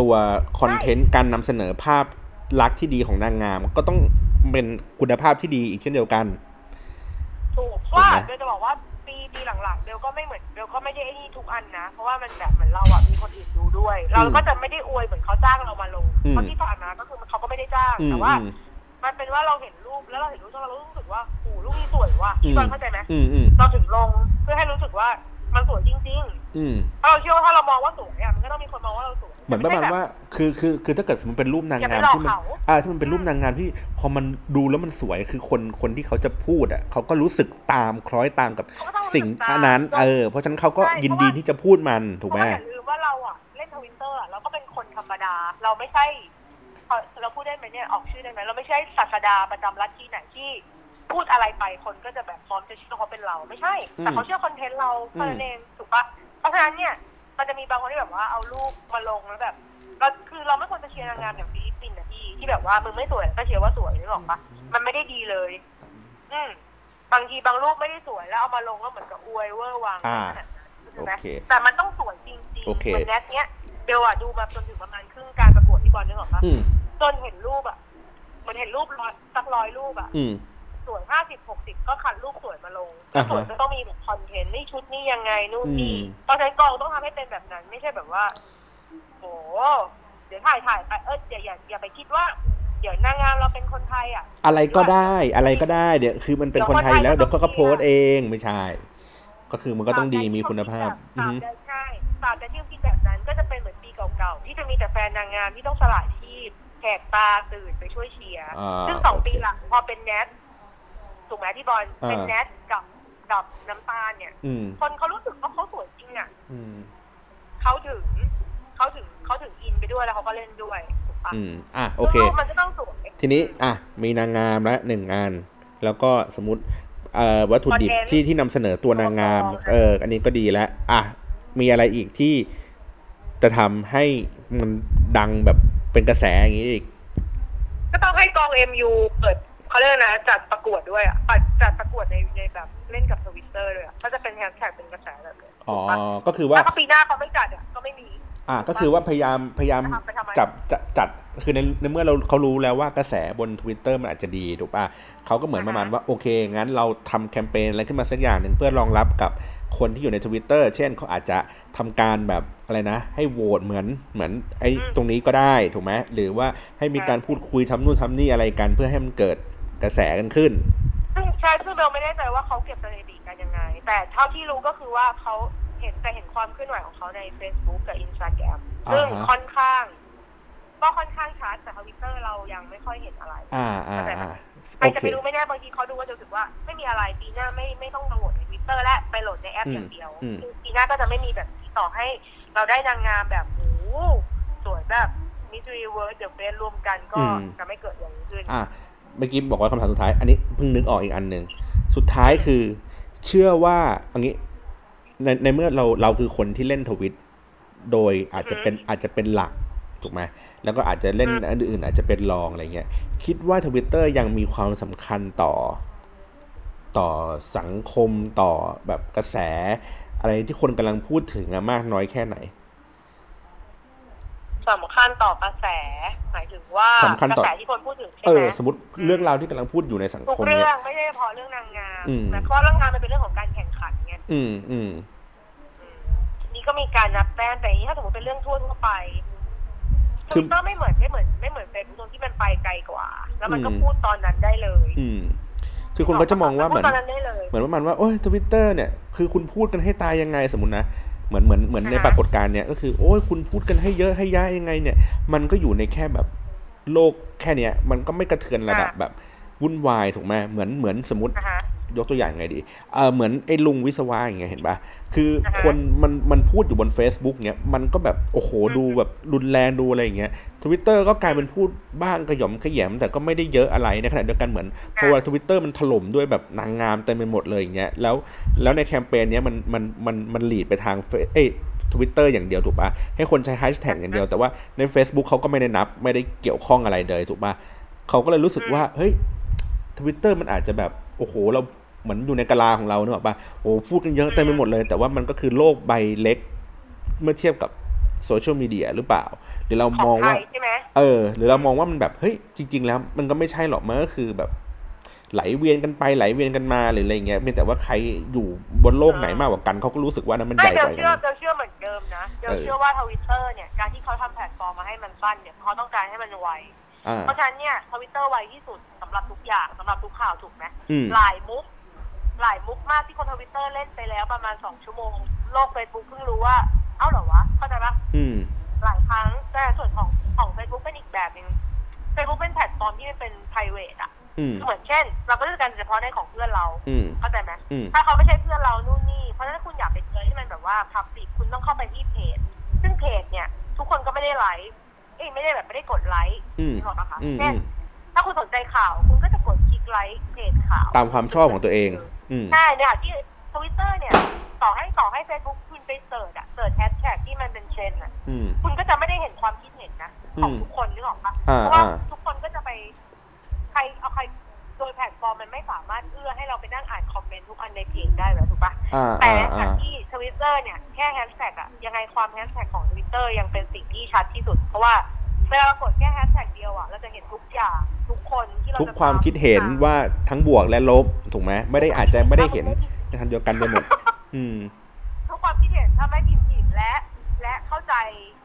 Speaker 1: ตัวคอนเทนต์การนำเสนอภาพลักษณ์ที่ดีของนางงาม ก็ต้องเป็นคุณภาพที่ดีอีกเช่นเดียวกัน
Speaker 2: ถูก
Speaker 1: ถูก
Speaker 2: ว่า
Speaker 1: ไหม
Speaker 2: เบลจะบอกว่าปีปีหลังๆเบลก็ไม่เหมือนเบลก็ไม่ได้ไอ้นี่ทุกอันนะ เพราะว่ามันแบบเหมือนเราอะมีคนอื่นดูด้วย เราก็จะไม่ได้อวยเหมือนเขาจ้างเรามาลงเพราะที่ผ่านมาก็คือมันเขาก็ไม่ได้จ้าง
Speaker 1: อืม
Speaker 2: แต่ว่า
Speaker 1: อืม
Speaker 2: มันเป็นว่าเราเห็นรูปแล้วเราเห็นรูปแล้วเรารู้สึกว่าโอ้รูปนี้สวยว่ะ
Speaker 1: อืม
Speaker 2: พี่บอลเข้าใจไหม
Speaker 1: อืมอืม
Speaker 2: เราถึงลงเพื่อให้รู้สึกว่ามันสวยจริง
Speaker 1: อืม
Speaker 2: ๆเพราะเราเชื่อว่าถ้าเรามองว่าสวยอะมันก็ต้องมีคนมองว่าเราสวย
Speaker 1: เหมือนประมาณว่า คือคือคือถ้าเกิดสมมติเป็นรูปนาง
Speaker 2: อย่าไป
Speaker 1: งาม
Speaker 2: หลอก
Speaker 1: ที่มัน
Speaker 2: เขา
Speaker 1: อ่าที่มันเป็นรูปนางงามที่พอมันดูแล้วมันสวยคือคนคนที่เขาจะพูดอ่ะเขาก็รู้สึกตามคล้อยตามกับ
Speaker 2: เขาก็ต้องรู้
Speaker 1: สิ่ง
Speaker 2: กตาม
Speaker 1: อันนั้นเออเพราะฉะนั้นเขาก็
Speaker 2: ใช่
Speaker 1: ยินดีที่จะพูดมันถูกไหม
Speaker 2: เพราะว่าอย่าลืมว่าเราอ่ะเล่นทวิตเตอร์เราก็เป็นคนธรรมดา เราไม่ใช่เอ่อเราพูดได้ไหมเนี่ยออกชื่อได้ไหมเราไม่ใช่ศาสดาประจำลัทธิไหนที่พูดอะไรไปคนก็จะแบบพร้อมจะเชื่อเขาเป็นเราไม่ใช่
Speaker 1: อืม
Speaker 2: แต่เขาเชื่อคอนเทนต์เรา
Speaker 1: อืม
Speaker 2: เท่านั้นเองถูกปะเพราะฉะนั้นเนี่ยมันจะมีบางคนที่แบบว่าเอารูปมาลงแล้วแบบเราคือเราไม่ควรจะเชียร์นางงามอย่างฟิลิปปินส์นะพี่ที่แบบว่ามึงไม่สวยก็เชียร์ว่าสวยนึกออกปะมันไม่ได้ดีเลย อืมบางทีบางรูปไม่ได้สวยแล้วเอามาลงแล้วเหมือนกับอวยเวอร์วัง
Speaker 1: อ่า
Speaker 2: ถูกไหม
Speaker 1: โอเค
Speaker 2: แต่มันต้องสวยจริงๆ
Speaker 1: โอเค
Speaker 2: เหมือนแนทเนี้ยเบลอะดูมาจนถึงประมาณครึ่งการประกวดที่บอลนึกออกปะ
Speaker 1: อืม
Speaker 2: จนเห็นรูปอะเหมันเห็นรูปร้อยสักร้อยรูปอะ
Speaker 1: อืม
Speaker 2: สวยห้าสิบหกสิบก็คัดรูปสวยมาลง
Speaker 1: อ่าฮะ
Speaker 2: สวยก็ต้องมีแบบคอนเทนต์นี่ชุดนี่ยังไงนู่นนี่
Speaker 1: อืม
Speaker 2: ตอนนั้นกองต้องทำให้เป็นแบบนั้น ไม่ใช่แบบว่าโอ้เดี๋ยวถ่ายถ่ายไปเอออย่าอย่าอย่าไปคิดว่า เดี๋ยวนางงามเราเป็นคนไทยอะ
Speaker 1: อะไรก็ได้อะไรก็ได้เดี๋ยวคือมันเป็นคนไทยอยู่แล้วเดี๋ยวเขาก็โพสต์เองไม่ใช่ ก็คือมันก็ต้องดีมีคุณภาพอื
Speaker 2: ตา
Speaker 1: ม
Speaker 2: มใดใช่ตามใดที่ยังคิดแบบนั้นก็จะเป็นเหมือนปีเก่าๆ ที่จะมีแต่แฟนนางงามที่ต้องสละชีพแหกตาตื่นไปช่วยเชียร์
Speaker 1: อ่า
Speaker 2: ซึ่งสอง
Speaker 1: โอเค
Speaker 2: ปีหลังพอเป็นแนทถูกไหมพี่บอล
Speaker 1: อ่า
Speaker 2: เป็นแนทกับกับน้ำตาลเนี่ย
Speaker 1: อืม
Speaker 2: คนเขารู้สึกว่าเขาสวยจริงอ่ะ
Speaker 1: อืม
Speaker 2: เขาถึงเขาถึงเขาถึงอินไปด้วยแล้วเขาก็เล่นด้วยถูกปะ
Speaker 1: อืม อ่ะ โอเค
Speaker 2: ซึ่งรูปมันก็ต้องสวย
Speaker 1: ทีนี้ อ่ะ มีนางงามละหนึ่งงาน แล้วก็สมมติ เอ่อ วัตถุดิบที่ที่นำเสนอตัวนางงาม เออ อันนี้ก็ดีแล้ว อ่ะ มีอะไรอีกที่จะทำให้มันดังแบบเป็นกระแสอย่างนี้อีก
Speaker 2: ก็ต้องให้กองเอ็มยูเปิดเขาเรียกอะไรนะจัดประกวดด้วยอ่ะจัดประกวดในในแบบเล่นกับทวิตเตอร์ด้วยอ่ะก็จะเป็นแฮชแท็กเป็นกระแสแบบเลย
Speaker 1: อ๋อ
Speaker 2: ถูกปะ
Speaker 1: ก็คือว่า
Speaker 2: แล้วก็ปีหน้าเขาไม่จัดอ่ะก็ไม่มี
Speaker 1: อ่ะ ก็คือว่าพยายาม พยายาม
Speaker 2: จะทำไปทำไม
Speaker 1: จับจัดจัดคือในในเมื่อเราเขารู้แล้วว่ากระแสบน Twitter มันอาจจะดีถูกป่ะเขาก็เหมือนประมาณว่าโอเค งั้นเราทำแคมเปญอะไรขึ้นมาสักอย่างหนึ่งเพื่อรองรับกับคนที่อยู่ใน Twitter เช่นเขาอาจจะทำการแบบอะไรนะ ให้โหวตเหมือนเหมือนไอ้ตรงนี้ก็ได้ถูกไหมหรือว่าให้มีการพูดคุยทำนู่นทำนี่อะไรกัน เพื่อให้มันเกิดกระแสกันขึ้น
Speaker 2: ซึ่งใช่ซึ่งเบลไม่แน่ใจว่าเขาเก็บสถิติกันยังไง แต่เท่าที่รู้ก็คือว่าเขาเห็นแต่เห็นความเคลื่อนไหวของเขาใน Facebook กับ Instagram
Speaker 1: อ่าฮะ
Speaker 2: ซึ่งค่อนข้าง ก็ค่อนข้างชัดแต่ทวิตเตอร์เรายังไม่ค่อยเห็นอะไร
Speaker 1: อ่าอ่าอ่า
Speaker 2: ใคร
Speaker 1: โอ
Speaker 2: จะ
Speaker 1: เค
Speaker 2: ไปรู้ไม่แน่บางทีเขาดูว่าจะรู้สึกว่าไม่มีอะไรปีหน้าไม่ไม่ต้องมาโหลดในทวิตเตอร์และไปโหลดในแอป
Speaker 1: อืม
Speaker 2: อย่างเดียว
Speaker 1: อืม
Speaker 2: คือปีหน้าก็จะไม่มีแบบนี้ต่อให้ เราได้นางงามแบบโอ้โหสวยแบบมี มิสยูนิเวิร์สเดอะเฟสรวมกันก็
Speaker 1: อืม
Speaker 2: จะไม่เกิดอย่างนี้ขึ้น
Speaker 1: อ่ะเมื่อกี้บอกว่าคำถามสุดท้าย อันนี้เพิ่งนึกออกอีกอันหนึ่งสุดท้ายคือ เชื่อว่าเอันนี้ในในเมื่อเราเราคือคนที่เล่นทวิต โดยอาจจะเป็นอาจจะเป็นหลักถูกไหมแล้วก็อาจจะเล่น
Speaker 2: อืม
Speaker 1: อันอื่นอาจจะเป็นรองอะไรเงี้ยคิดว่าทวิตเตอร์ยังมีความสำคัญต่อ ต่อสังคมต่อแบบกระแส อะไรที่คนกำลังพูดถึงอะมากน้อยแค่ไหน
Speaker 2: สำคัญต่อกระแส หมายถึงว่า
Speaker 1: สำคัญ
Speaker 2: กระ
Speaker 1: ต่อ
Speaker 2: แสที่คนพูดถึงใช่
Speaker 1: เอ
Speaker 2: ไหม
Speaker 1: อ สมมติเรื่องราวที่กำลังพูดอยู่ในสัง
Speaker 2: ทุ
Speaker 1: ค
Speaker 2: ก
Speaker 1: ม
Speaker 2: เรื่
Speaker 1: เนี่
Speaker 2: อย งไม่ใช่เฉพาะเรื่องนางงาม
Speaker 1: อืม
Speaker 2: นะเพราะเรื่องนางงามมันเป็นเรื่องของการแข่งขันไง
Speaker 1: อืมอืม
Speaker 2: อืมนี่ก็มีการนับแต้มแต่อันนี้ถ้าสมมติเป็นเรื่องทั่วทั่วๆไป
Speaker 1: คือ
Speaker 2: ทวิตเตอร์ไม่เหมือนไม่เหมือนไม่เหมือนเฟซบุ๊กตรงที่มันไปไกลกว่า แล้วมันก็
Speaker 1: อืม
Speaker 2: พูดตอนนั้นได้เลย
Speaker 1: อืม คือคนเขาจะมองว่าเหมือน
Speaker 2: พูดตอนนั้นได้เลย
Speaker 1: เหมือนประมาณว่าโอ้ยทวิตเตอร์เนี่ยคือคุณพูดกันให้ตายยังไงสมมตินะเหมือนเหมือนเหมือนใน
Speaker 2: อ่าฮะ
Speaker 1: ปรากฏการณ์เนี่ยก็คือโอ้ยคุณพูดกันให้เยอะให้ย้ายยังไงเนี่ย มันก็อยู่ในแค่แบบโลกแค่เนี้ยมันก็ไม่กระเทือนระดับแบบวุ่นวายถูกไหมเหมือนเหมือนสมมติ
Speaker 2: นะคะ
Speaker 1: ยกตัวอย่างไงดี เออเหมือนไอ้ลุงวิศวะอย่างเงี้ยเห็นปะคือ
Speaker 2: อ่าฮะ
Speaker 1: คนมันมันพูดอยู่บน Facebook เงี้ย มันก็แบบโอ้โห
Speaker 2: อืม
Speaker 1: ดูแบบรุนแรงดูอะไรอย่างเงี้ยทวิตเตอร์ก็กลายเป็นพูดบ้างกระหย่อมขยแยมแต่ก็ไม่ได้เยอะอะไรในขณะเดียวกันเหมือนพอเวลาทวิตเตอร์มันถล่มด้วยแบบนางงามเต็มไปหมดเลยอย่างเงี้ย แล้วแล้วในแคมเปญเนี้ยมันมันมันมันหลีดไปทาง Face- เอ้ทวิตเตอร์อย่างเดียวถูกปะให้คนใช้แฮชแท็กอย่างเดียวแต่ว่าใน Facebook เขาก็ไม่ได้นับไม่ได้เกี่ยวข้องอะไรเลยถูกปะเขาก็เลยรู้สึกว่าเฮ้ย ทวิตเตอร์มันอาจจะแบบโอ้โหเราเหมือนอยู่ในกะลาของเราเนกอะปะโอ้โหพูดกันเยอะเต็มไปหมดเลย แต่ว่ามันก็คือโลกใบเล็ก เมื่อเทียบกับโซเชียลมีเดียหรือเปล่า หรือเรา
Speaker 2: ขอ
Speaker 1: มอง ง
Speaker 2: ไท
Speaker 1: ว่าย
Speaker 2: ใช่ไหม
Speaker 1: เออ หรือเรามองว่ามันแบบเฮ้ยจริง ๆ แล้ว มันก็ไม่ใช่หรอกมันก็คือแบบ ไหลเวียนกันไปไหลเวียนกันมาหรืออะไรอย่างเงี้ยเพียงแต่ว่าใครอยู่บนโลกไหนมากกว่ากันเขาก็รู้สึกว่านั้นมันให
Speaker 2: ไม่
Speaker 1: ญ่
Speaker 2: เด
Speaker 1: ก
Speaker 2: ล
Speaker 1: ว่ากั
Speaker 2: เชื่อน เดลเชื่อเหมือนเดิมนะเดล
Speaker 1: เออ
Speaker 2: เชื่อว่าทวิตเตอร์เนี่ยการที่เขาทำแพลตฟอร์มมาให้มันสั้นเนี่ยเขาต้องการให้มันไว
Speaker 1: อ่า
Speaker 2: เพราะฉะนั้นเนี่ยทวิตเตอร์ไวที่สุดสำหรับทุกอย่างสำหรับทุกข่าวถูกไหม
Speaker 1: อืม
Speaker 2: หลายมุก หลายมุกมากที่คนทวิตเตอร์เล่นไปแล้วประมาณสองชั่วโมง โลกเฟซบุ๊กเพิ่งรู้ว่า เอ้าเหรอวะ เข้าใจปะ
Speaker 1: อืม
Speaker 2: หลายครั้งแต่ส่วนของของเฟซบุ๊กเป็นอีกแบบหนึ่งเฟซบุ๊กเป็นแพลตฟอร์มที่มันเป็น p r i v a t อะ
Speaker 1: อืม
Speaker 2: เหมือนเช่น เราก็เลือกกันเฉพาะในของเพื่อนเรา
Speaker 1: อืม
Speaker 2: เข้าใจไหม
Speaker 1: อืม
Speaker 2: ถ้าเขาไม่ใช่เพื่อนเรานู่นนี่ เพราะฉะนั้นคุณอยากไปเจอที่มันแบบว่าพับปิคุณต้องเข้าไปที่เพจ ซึ่งเพจเนี่ย ทุกคนก็ไม่ได้ไลค์เอ้ยไม่ได้แบบไม่ได้กดไลค์
Speaker 1: อืม
Speaker 2: นึกออกปะคะ
Speaker 1: อืม
Speaker 2: เช่
Speaker 1: อื
Speaker 2: น
Speaker 1: ม
Speaker 2: ถ้าคุณสนใจข่าวคุณก็จะกดคลิกไลค์เพจข่าว
Speaker 1: ตามความชอบของตัวเอง อืม
Speaker 2: ใช่เนี่ยที่ทวิตเตอร์เนี่ย ต่อให้ต่อให้เฟซบุ๊กคุณไปเสิร์ชอะเสิร์ชแฮชแท็กที่มันเป็นเทรนด์อะ
Speaker 1: อืม
Speaker 2: คุณก็จะไม่ได้เห็นความคิดเห็นนะ ของ
Speaker 1: อืม
Speaker 2: ทุกคนนึกออกปะ
Speaker 1: อ่า
Speaker 2: เพราะว่า
Speaker 1: อ่า
Speaker 2: ทุกคนก็จะไป ใครเอาใครโดยแพลตฟอร์มมันไม่สามารถเอื้อให้เราไปนั่งอ่านคอมเมนต์ทุกอันในเพจได้หรอถูกปะ
Speaker 1: อ่า
Speaker 2: แต่
Speaker 1: อ่า
Speaker 2: ในข
Speaker 1: อ่า
Speaker 2: ณะที่ทวิตเตอร์เนี่ยแค่แฮชแท็กอะยังไงความแฮชแท็กของทวิตเตอร์ยังเป็นสิ่งที่ชัดที่สุด เพราะว่าเวลาเรากดแค่แฮชแท็กเดียวอะเราจะเห็นทุกอย่างทุกคนที่เรา
Speaker 1: ทุก
Speaker 2: จะ
Speaker 1: ความ
Speaker 2: ต
Speaker 1: คิดเห็นว่าทั้งบวกและลบถูกไหมไม่ได้อาจจะไม่ได้เห็น
Speaker 2: ถ้าคุณม่
Speaker 1: ในทางเดียวกันไปหมดอืม
Speaker 2: ทุกความคิดเห็นถ้าไม่พิมพ์ผิดและ และเข้าใจ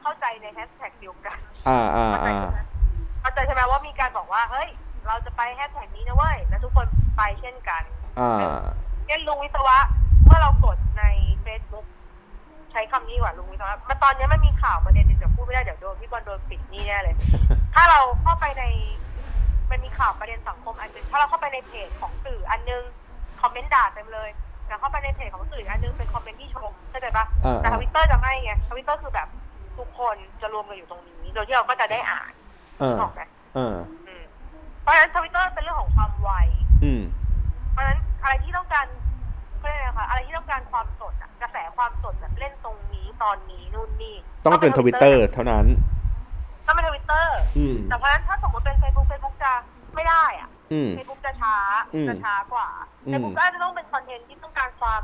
Speaker 2: เข้าใจในแฮชแท็กเดียวกัน
Speaker 1: อ่าอ่า
Speaker 2: เข้าใจ
Speaker 1: อ่า
Speaker 2: ใช่ไหมเข้าใจใช่ไหมว่ามีการบอกว่าเฮ้ย เราจะไปแฮชแท็กนี้นะเว้ยแล้วทุกคนไปเช่นกัน
Speaker 1: อ่า
Speaker 2: เช่นลุงวิศวะเมื่อเรากดใน Facebook ใช้คำนี้ดีกว่าลุงวิศวะมาตอนนี้มันมีข่าวประเด็นหนึ่งเดี๋ยวพูดไม่ได้เดี๋ยวโดนพี่บอลโดนปิดหนี่แน่ เลย ถ้าเราเข้าไปใน มันมีข่าวประเด็นสังคมอันหนึงถ้าเราเข้าไปในเพจของสื่ออันนึงคอมเมนต์ด่าเต็มเลยแต่เข้าไปในเพจของสื่ออีกอันนึงเป็นคอมเมนต์ที่ชมเข้าใจปะ
Speaker 1: อ่า
Speaker 2: แต่ทวิตเตอร์จะไม่ไงทวิตเตอร์คือแบบทุกคนจะรวมกันอยู่ตรงนี้โดยที่เราก็จะได้อ่าน
Speaker 1: เออ
Speaker 2: ถูกไหม
Speaker 1: เออ
Speaker 2: อืมเพราะฉะนั้นทวิตเตอร์เป็นเรื่องของความไว
Speaker 1: อืม
Speaker 2: เพราะฉะนั้นอะไรที่ต้องการเขาเรียกอะไรนะคะอะไรที่ต้องการความสดอะกระแสความสดแบบเล่นตรงนี้ตอนนี้นู่นนี่
Speaker 1: ต้องเป็นทวิตเตอร์เท่านั้น
Speaker 2: ต้องเป็นทวิตเตอร์
Speaker 1: อืม
Speaker 2: แต่เพราะฉะนั้นถ้าสมมติเป็นเฟซบุ๊กเฟซบุ๊กจะไม่ได้อะ
Speaker 1: อืม
Speaker 2: เฟซบุ๊กจะช้า
Speaker 1: อืม
Speaker 2: จะช้ากว่า
Speaker 1: อืม
Speaker 2: เฟซบุ๊กก็จะต้องเป็นคอนเทนต์ที่ต้องการความ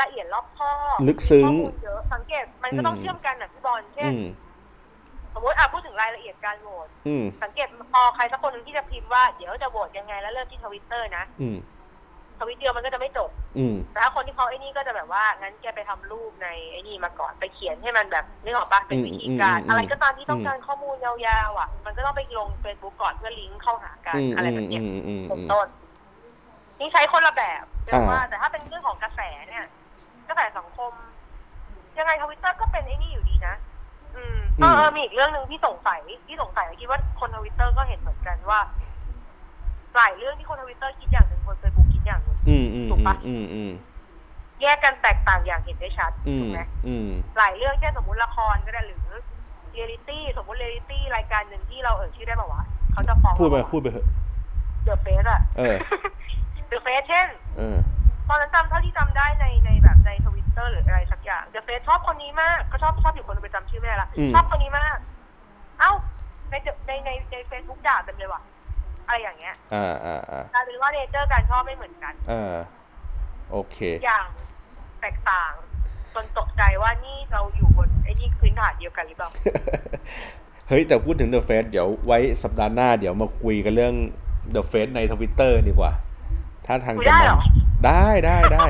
Speaker 2: ละเอียดรอบคอบ
Speaker 1: ลึกซึ้ง
Speaker 2: มีข้อมูลเยอะสังเกตมันก็ต้องเชื่อมกันนะพี่บอลเช่
Speaker 1: อื
Speaker 2: น
Speaker 1: ม
Speaker 2: สมมติอ่ะพูดถึงรายละเอียดการโหวต
Speaker 1: อืม
Speaker 2: สังเกตพอใครสักคนหนึ่งที่จะพิมพ์ว่าเดี๋ยวจะโหวตยังไงแล้วเริ่มที่ทวิตเตอร์นะ
Speaker 1: อืม
Speaker 2: ทวิตเดียวมันก็จะไม่จบ
Speaker 1: อืม
Speaker 2: แต่ถ้าคนที่เขาไอ้นี่ก็จะแบบว่างั้นแกไปทำรูปในไอ้นี่มาก่อนไปเขียนให้มันแบบนึกออกปะเป็นวิธีการ
Speaker 1: อืมอืมอืม
Speaker 2: อะไรก็ตามที่ต้องการข้อมูลยาวๆอ่ะ มันก็ต้องไปลงเฟซบุ๊กก่อนเพื่อลิงก์เข้าหากัน
Speaker 1: อืม
Speaker 2: อะไรแบบเนี้ย
Speaker 1: อืมอืม
Speaker 2: ผ
Speaker 1: อื
Speaker 2: ม
Speaker 1: ม
Speaker 2: ต้นนี่ใช้คนละแบบเรียกว่า
Speaker 1: อ่า
Speaker 2: แต่ถ้าเป็นเรื่องของกระแสเนี่ยกระแสสังคม ยังไงทวิตเตอร์ก็เป็นไอ้นี่อยู่ดีนะอืมเออเออมีอีกเรื่องหนึ่งที่สงสัยที่สงสัยคิดว่าคนทวิตเตอร์ก็เห็นเหมือนกันว่าหลายเรื่องที่คนทวิตเตอร์คิดอย่างหนึ่งคนเฟซบุ๊กคิดอย่างหนึ่ง
Speaker 1: อืมอืมอืมอืม
Speaker 2: แยกกันแตกต่างอย่างเห็นได้ชัด
Speaker 1: อื
Speaker 2: ถู
Speaker 1: ม
Speaker 2: กไหม
Speaker 1: อืม
Speaker 2: หลายเรื่องเช่นสมมติละครก็ได้หรือเรียลิตี้สมมติเรียลิตี้รายการหนึ่ง
Speaker 1: พูดไปพูดไปเถอะ
Speaker 2: เดอะเฟสอะ
Speaker 1: เออ
Speaker 2: เดอะเฟสเช่น
Speaker 1: เออ
Speaker 2: ตอนนั้นจำเท่าที่จำได้ในในแบบในทวิตเตอร์หรืออะไรสักอย่างเดอะเฟซชอบคนนี้มากก็ชอบชอบอยู่คนหนึงไปจำชื่อแม่ละ
Speaker 1: อืม
Speaker 2: ชอบคนนี้มาก เอ้า ในในในในเฟซบุ๊กด่าเต็มเลยว่ะอะไรอย่างเงี้ย
Speaker 1: อ่าอ่าอ่าก
Speaker 2: ลายเป็นว่าเนเจอร์การชอบไม่เหมือนกัน
Speaker 1: เออโอเค
Speaker 2: อย่างแตกต่างจนตกใจว่านี่เราอยู่บนไอ้นี่พื้นฐานเดียวกันหรือเปล่า
Speaker 1: เฮ้ย แต่พูดถึง The Face เดี๋ยวไว้สัปดาห์หน้าเดี๋ยวมาคุยกันเรื่อง The Face ในทวิตเตอร์ดีกว่า ถ้าทาง
Speaker 2: คุย
Speaker 1: จะ
Speaker 2: ได้
Speaker 1: มัน
Speaker 2: เหรอ
Speaker 1: ได้ได้ได้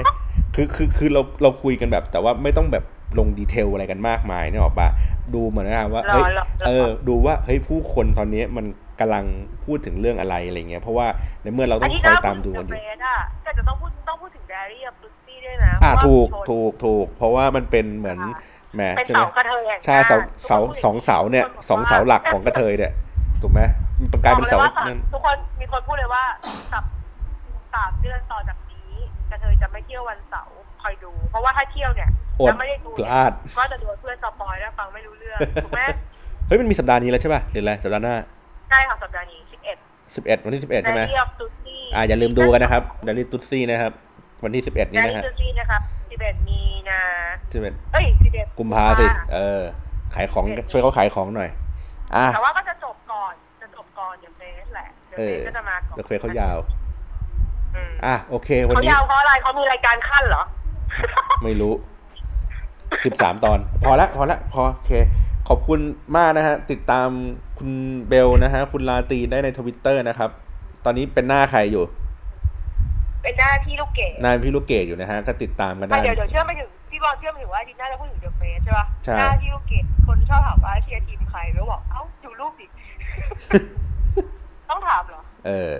Speaker 1: คือคือคือเราเราคุยกันแบบ แต่ว่าไม่ต้องแบบลงดีเทลอะไรกันมากมายเนี่ยหรอกปะดูเหมือนนะว่า
Speaker 2: หรอ
Speaker 1: เฮ้ย
Speaker 2: หรอหร
Speaker 1: เอ
Speaker 2: อ
Speaker 1: อดูว่าเฮ้ยผู้คนตอนนี้มันกำลังพูดถึงเรื่องอะไรอะไรเงี้ยเพราะว่าในเมื่อเราต้
Speaker 2: อั
Speaker 1: อน ง
Speaker 2: นี้
Speaker 1: คอย
Speaker 2: น่า
Speaker 1: ตาม
Speaker 2: พู
Speaker 1: ดู
Speaker 2: ดถึง
Speaker 1: กั
Speaker 2: เด
Speaker 1: น
Speaker 2: อะ
Speaker 1: อยู่
Speaker 2: เฟซอะแต่จะต้องพูดต้องพูดถึงแดรี่กับฟลุตซี่ด้วยนะ
Speaker 1: อ่า
Speaker 2: เพระ
Speaker 1: ถู
Speaker 2: ว่
Speaker 1: ก
Speaker 2: มันชน
Speaker 1: ถูกถูกเพราะว่ามันเป็นเหมือน
Speaker 2: อ่า
Speaker 1: แหม
Speaker 2: เป็น
Speaker 1: ใช่ไหม
Speaker 2: เสากระเทยแห่ง
Speaker 1: ใช่
Speaker 2: ช
Speaker 1: เสา
Speaker 2: ติ
Speaker 1: เสา
Speaker 2: ทุกคนพูดถึ
Speaker 1: สองเสาเนี่ย
Speaker 2: คนบอกว่า
Speaker 1: สองเสาหลักของกระเทยเนี่ยถูกไหมมันกลายเป็นเสา
Speaker 2: บอลยว่
Speaker 1: นั่น
Speaker 2: ทุกคนมีคนพูดเลยว่าสับสามเดือนต่อจากนี้กระเทยจะไม่เที่ยววันเสาร์คอยดู เพราะว่าถ้าเที่ยวเนี่ย
Speaker 1: อด
Speaker 2: จะไม่ได้ดู
Speaker 1: พ
Speaker 2: เนี่ย
Speaker 1: ลาด
Speaker 2: ก็จะโดนเพื่อนสปอยแล้วฟังไม่รู้เรื่องถูกไหม
Speaker 1: เฮ้ยมันมีสัปดาห์นี้แล้วใช่ป่ะหรืออะไรสัปดาห์หน้า
Speaker 2: ใช่ค่ะสัปดาห์นี้11
Speaker 1: สิบเอ็ดวันที่สิบเอ็ด
Speaker 2: ใน
Speaker 1: ใช่ไหม
Speaker 2: เรียบตุซี่
Speaker 1: อ่าอย่าลืมดูกันนะครับดาริตุซี่นะครับวันที่สิบเอ็ด
Speaker 2: ใน
Speaker 1: นี้
Speaker 2: เรี
Speaker 1: นะ
Speaker 2: ยบ
Speaker 1: ฮะ
Speaker 2: ตุซี่นะครับ11มีนา
Speaker 1: สิบเอ็ด
Speaker 2: เอ้ย11
Speaker 1: กุมภาสิเออขายของช่วยเขาขายของหน่อย อ่ะ
Speaker 2: แต่ว่าก็จะจบก่อนจะจบก่อนอย่างเฟสแหละเดี๋ยว
Speaker 1: เออ
Speaker 2: เฟสก็จะมาก่อน
Speaker 1: เดอะเควสเขายาว
Speaker 2: อืม
Speaker 1: อ่ะโอเค วัน
Speaker 2: เขา
Speaker 1: นี้
Speaker 2: ยาวเพราะอะไรเขามีรายการขั้นเหรอ
Speaker 1: ไม่รู้ 13 ตอน พอละพอละพอโอเค ขอบคุณมากนะฮะ ติดตามคุณเบลนะฮะ คุณลาตีได้ในทวิตเตอร์นะครับ ตอนนี้เป็นหน้าใครอยู่
Speaker 2: เป็นหน้าที่ลูกเกด
Speaker 1: หนายพี่ลูกเกดอยู่นะฮะ ก็ติดตามกันได้
Speaker 2: อ่ะเดี๋ยวเดี๋ยวเชื่อมไปถึงพี่บอลเชื่อมไปถึงว่าอาดิน่าจะพูดถึงเดอะเฟสใช่ป่ะ
Speaker 1: ใช่
Speaker 2: หน้าที่ลูกเกดคนชอบถามว่าเชียร์ทีมใครแล้วบอกเอ้าดูรูป ดิ ต้องถามเหรอ
Speaker 1: เออ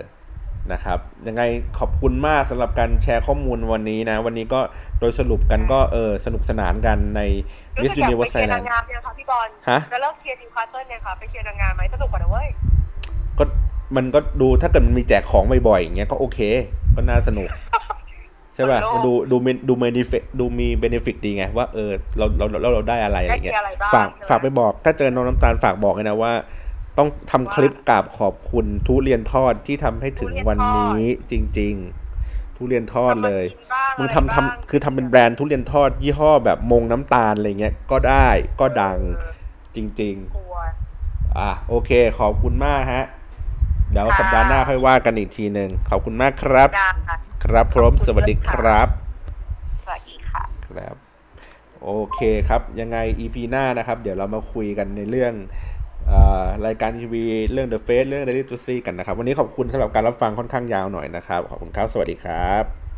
Speaker 1: นะครับ ยังไงขอบคุณมากสำหรับการแชร์ข้อมูลวันนี้นะ วันนี้ก็โดยสรุปกันก็เออสนุกสนานกันใน
Speaker 2: รู้
Speaker 1: Miss
Speaker 2: สึกอยากไป
Speaker 1: Universe
Speaker 2: เชียร์นา
Speaker 1: Thailand
Speaker 2: งงามเนี่ยค่ะพี่บอล
Speaker 1: ฮะ
Speaker 2: จะเลิกเชียร์ทีมคาสเซิลเนี่ยค่ะไปเชียร์นางงามไหมสนุกกว่านะเว้ย
Speaker 1: ก็มันก็ดูถ้าเกิดมันมีแจกของบ่อยๆอย่างเงี้ยก็โอเค ก็น่าส นุก ใช่ป่ะมันดูดูมีดูเมนิฟดูมีเบนฟิตดีไง ว่าเออเราเราเราเราได้อะไรอะไร
Speaker 2: ได้เชี
Speaker 1: เงี้
Speaker 2: ย
Speaker 1: ย
Speaker 2: ร์อะไรบ้าง
Speaker 1: ฝาก
Speaker 2: ใช่หม
Speaker 1: ฝากไปบอกถ้าเจอน้องน้ำตาลฝากบอกเลยนะว่า ต้องทำคลิปกราบขอบคุณทุเรียนทอดที่ทำให้ถึงวันนี้จริง ๆ ทุเรียนทอดเลย
Speaker 2: ทำมากินบ้าง
Speaker 1: มึง
Speaker 2: อะไร
Speaker 1: ทำ
Speaker 2: บ้าง
Speaker 1: ทำคือทำเป็นแบรนด์ทุเรียนทอด ยี่ห้อแบบมงน้ำตาลอะไรเงี้ยก็ได้ก็ดัง
Speaker 2: เออ
Speaker 1: จริง ๆ
Speaker 2: กลัว
Speaker 1: อ่ะโอเคขอบคุณมากฮะ เดี๋ยว
Speaker 2: ค่ะ
Speaker 1: สัปดาห์หน้าค่อยว่ากันอีกทีหนึ่งขอบคุณมากครับ
Speaker 2: ดังค่ะ
Speaker 1: ครับพร้อม
Speaker 2: ขอบคุณ
Speaker 1: สวัสดี
Speaker 2: ด้วย
Speaker 1: ค
Speaker 2: ค่ะ
Speaker 1: รับ
Speaker 2: สวัสดีค่ะ
Speaker 1: ครับ โอเคครับ ยังไง EP หน้านะครับ เดี๋ยวเรามาคุยกันในเรื่องเออรายการทีวีเรื่อง The Face เรื่อง Daily To See กันนะครับ วันนี้ขอบคุณสำหรับการรับฟังค่อนข้างยาวหน่อยนะครับ ขอบคุณครับ สวัสดีครับ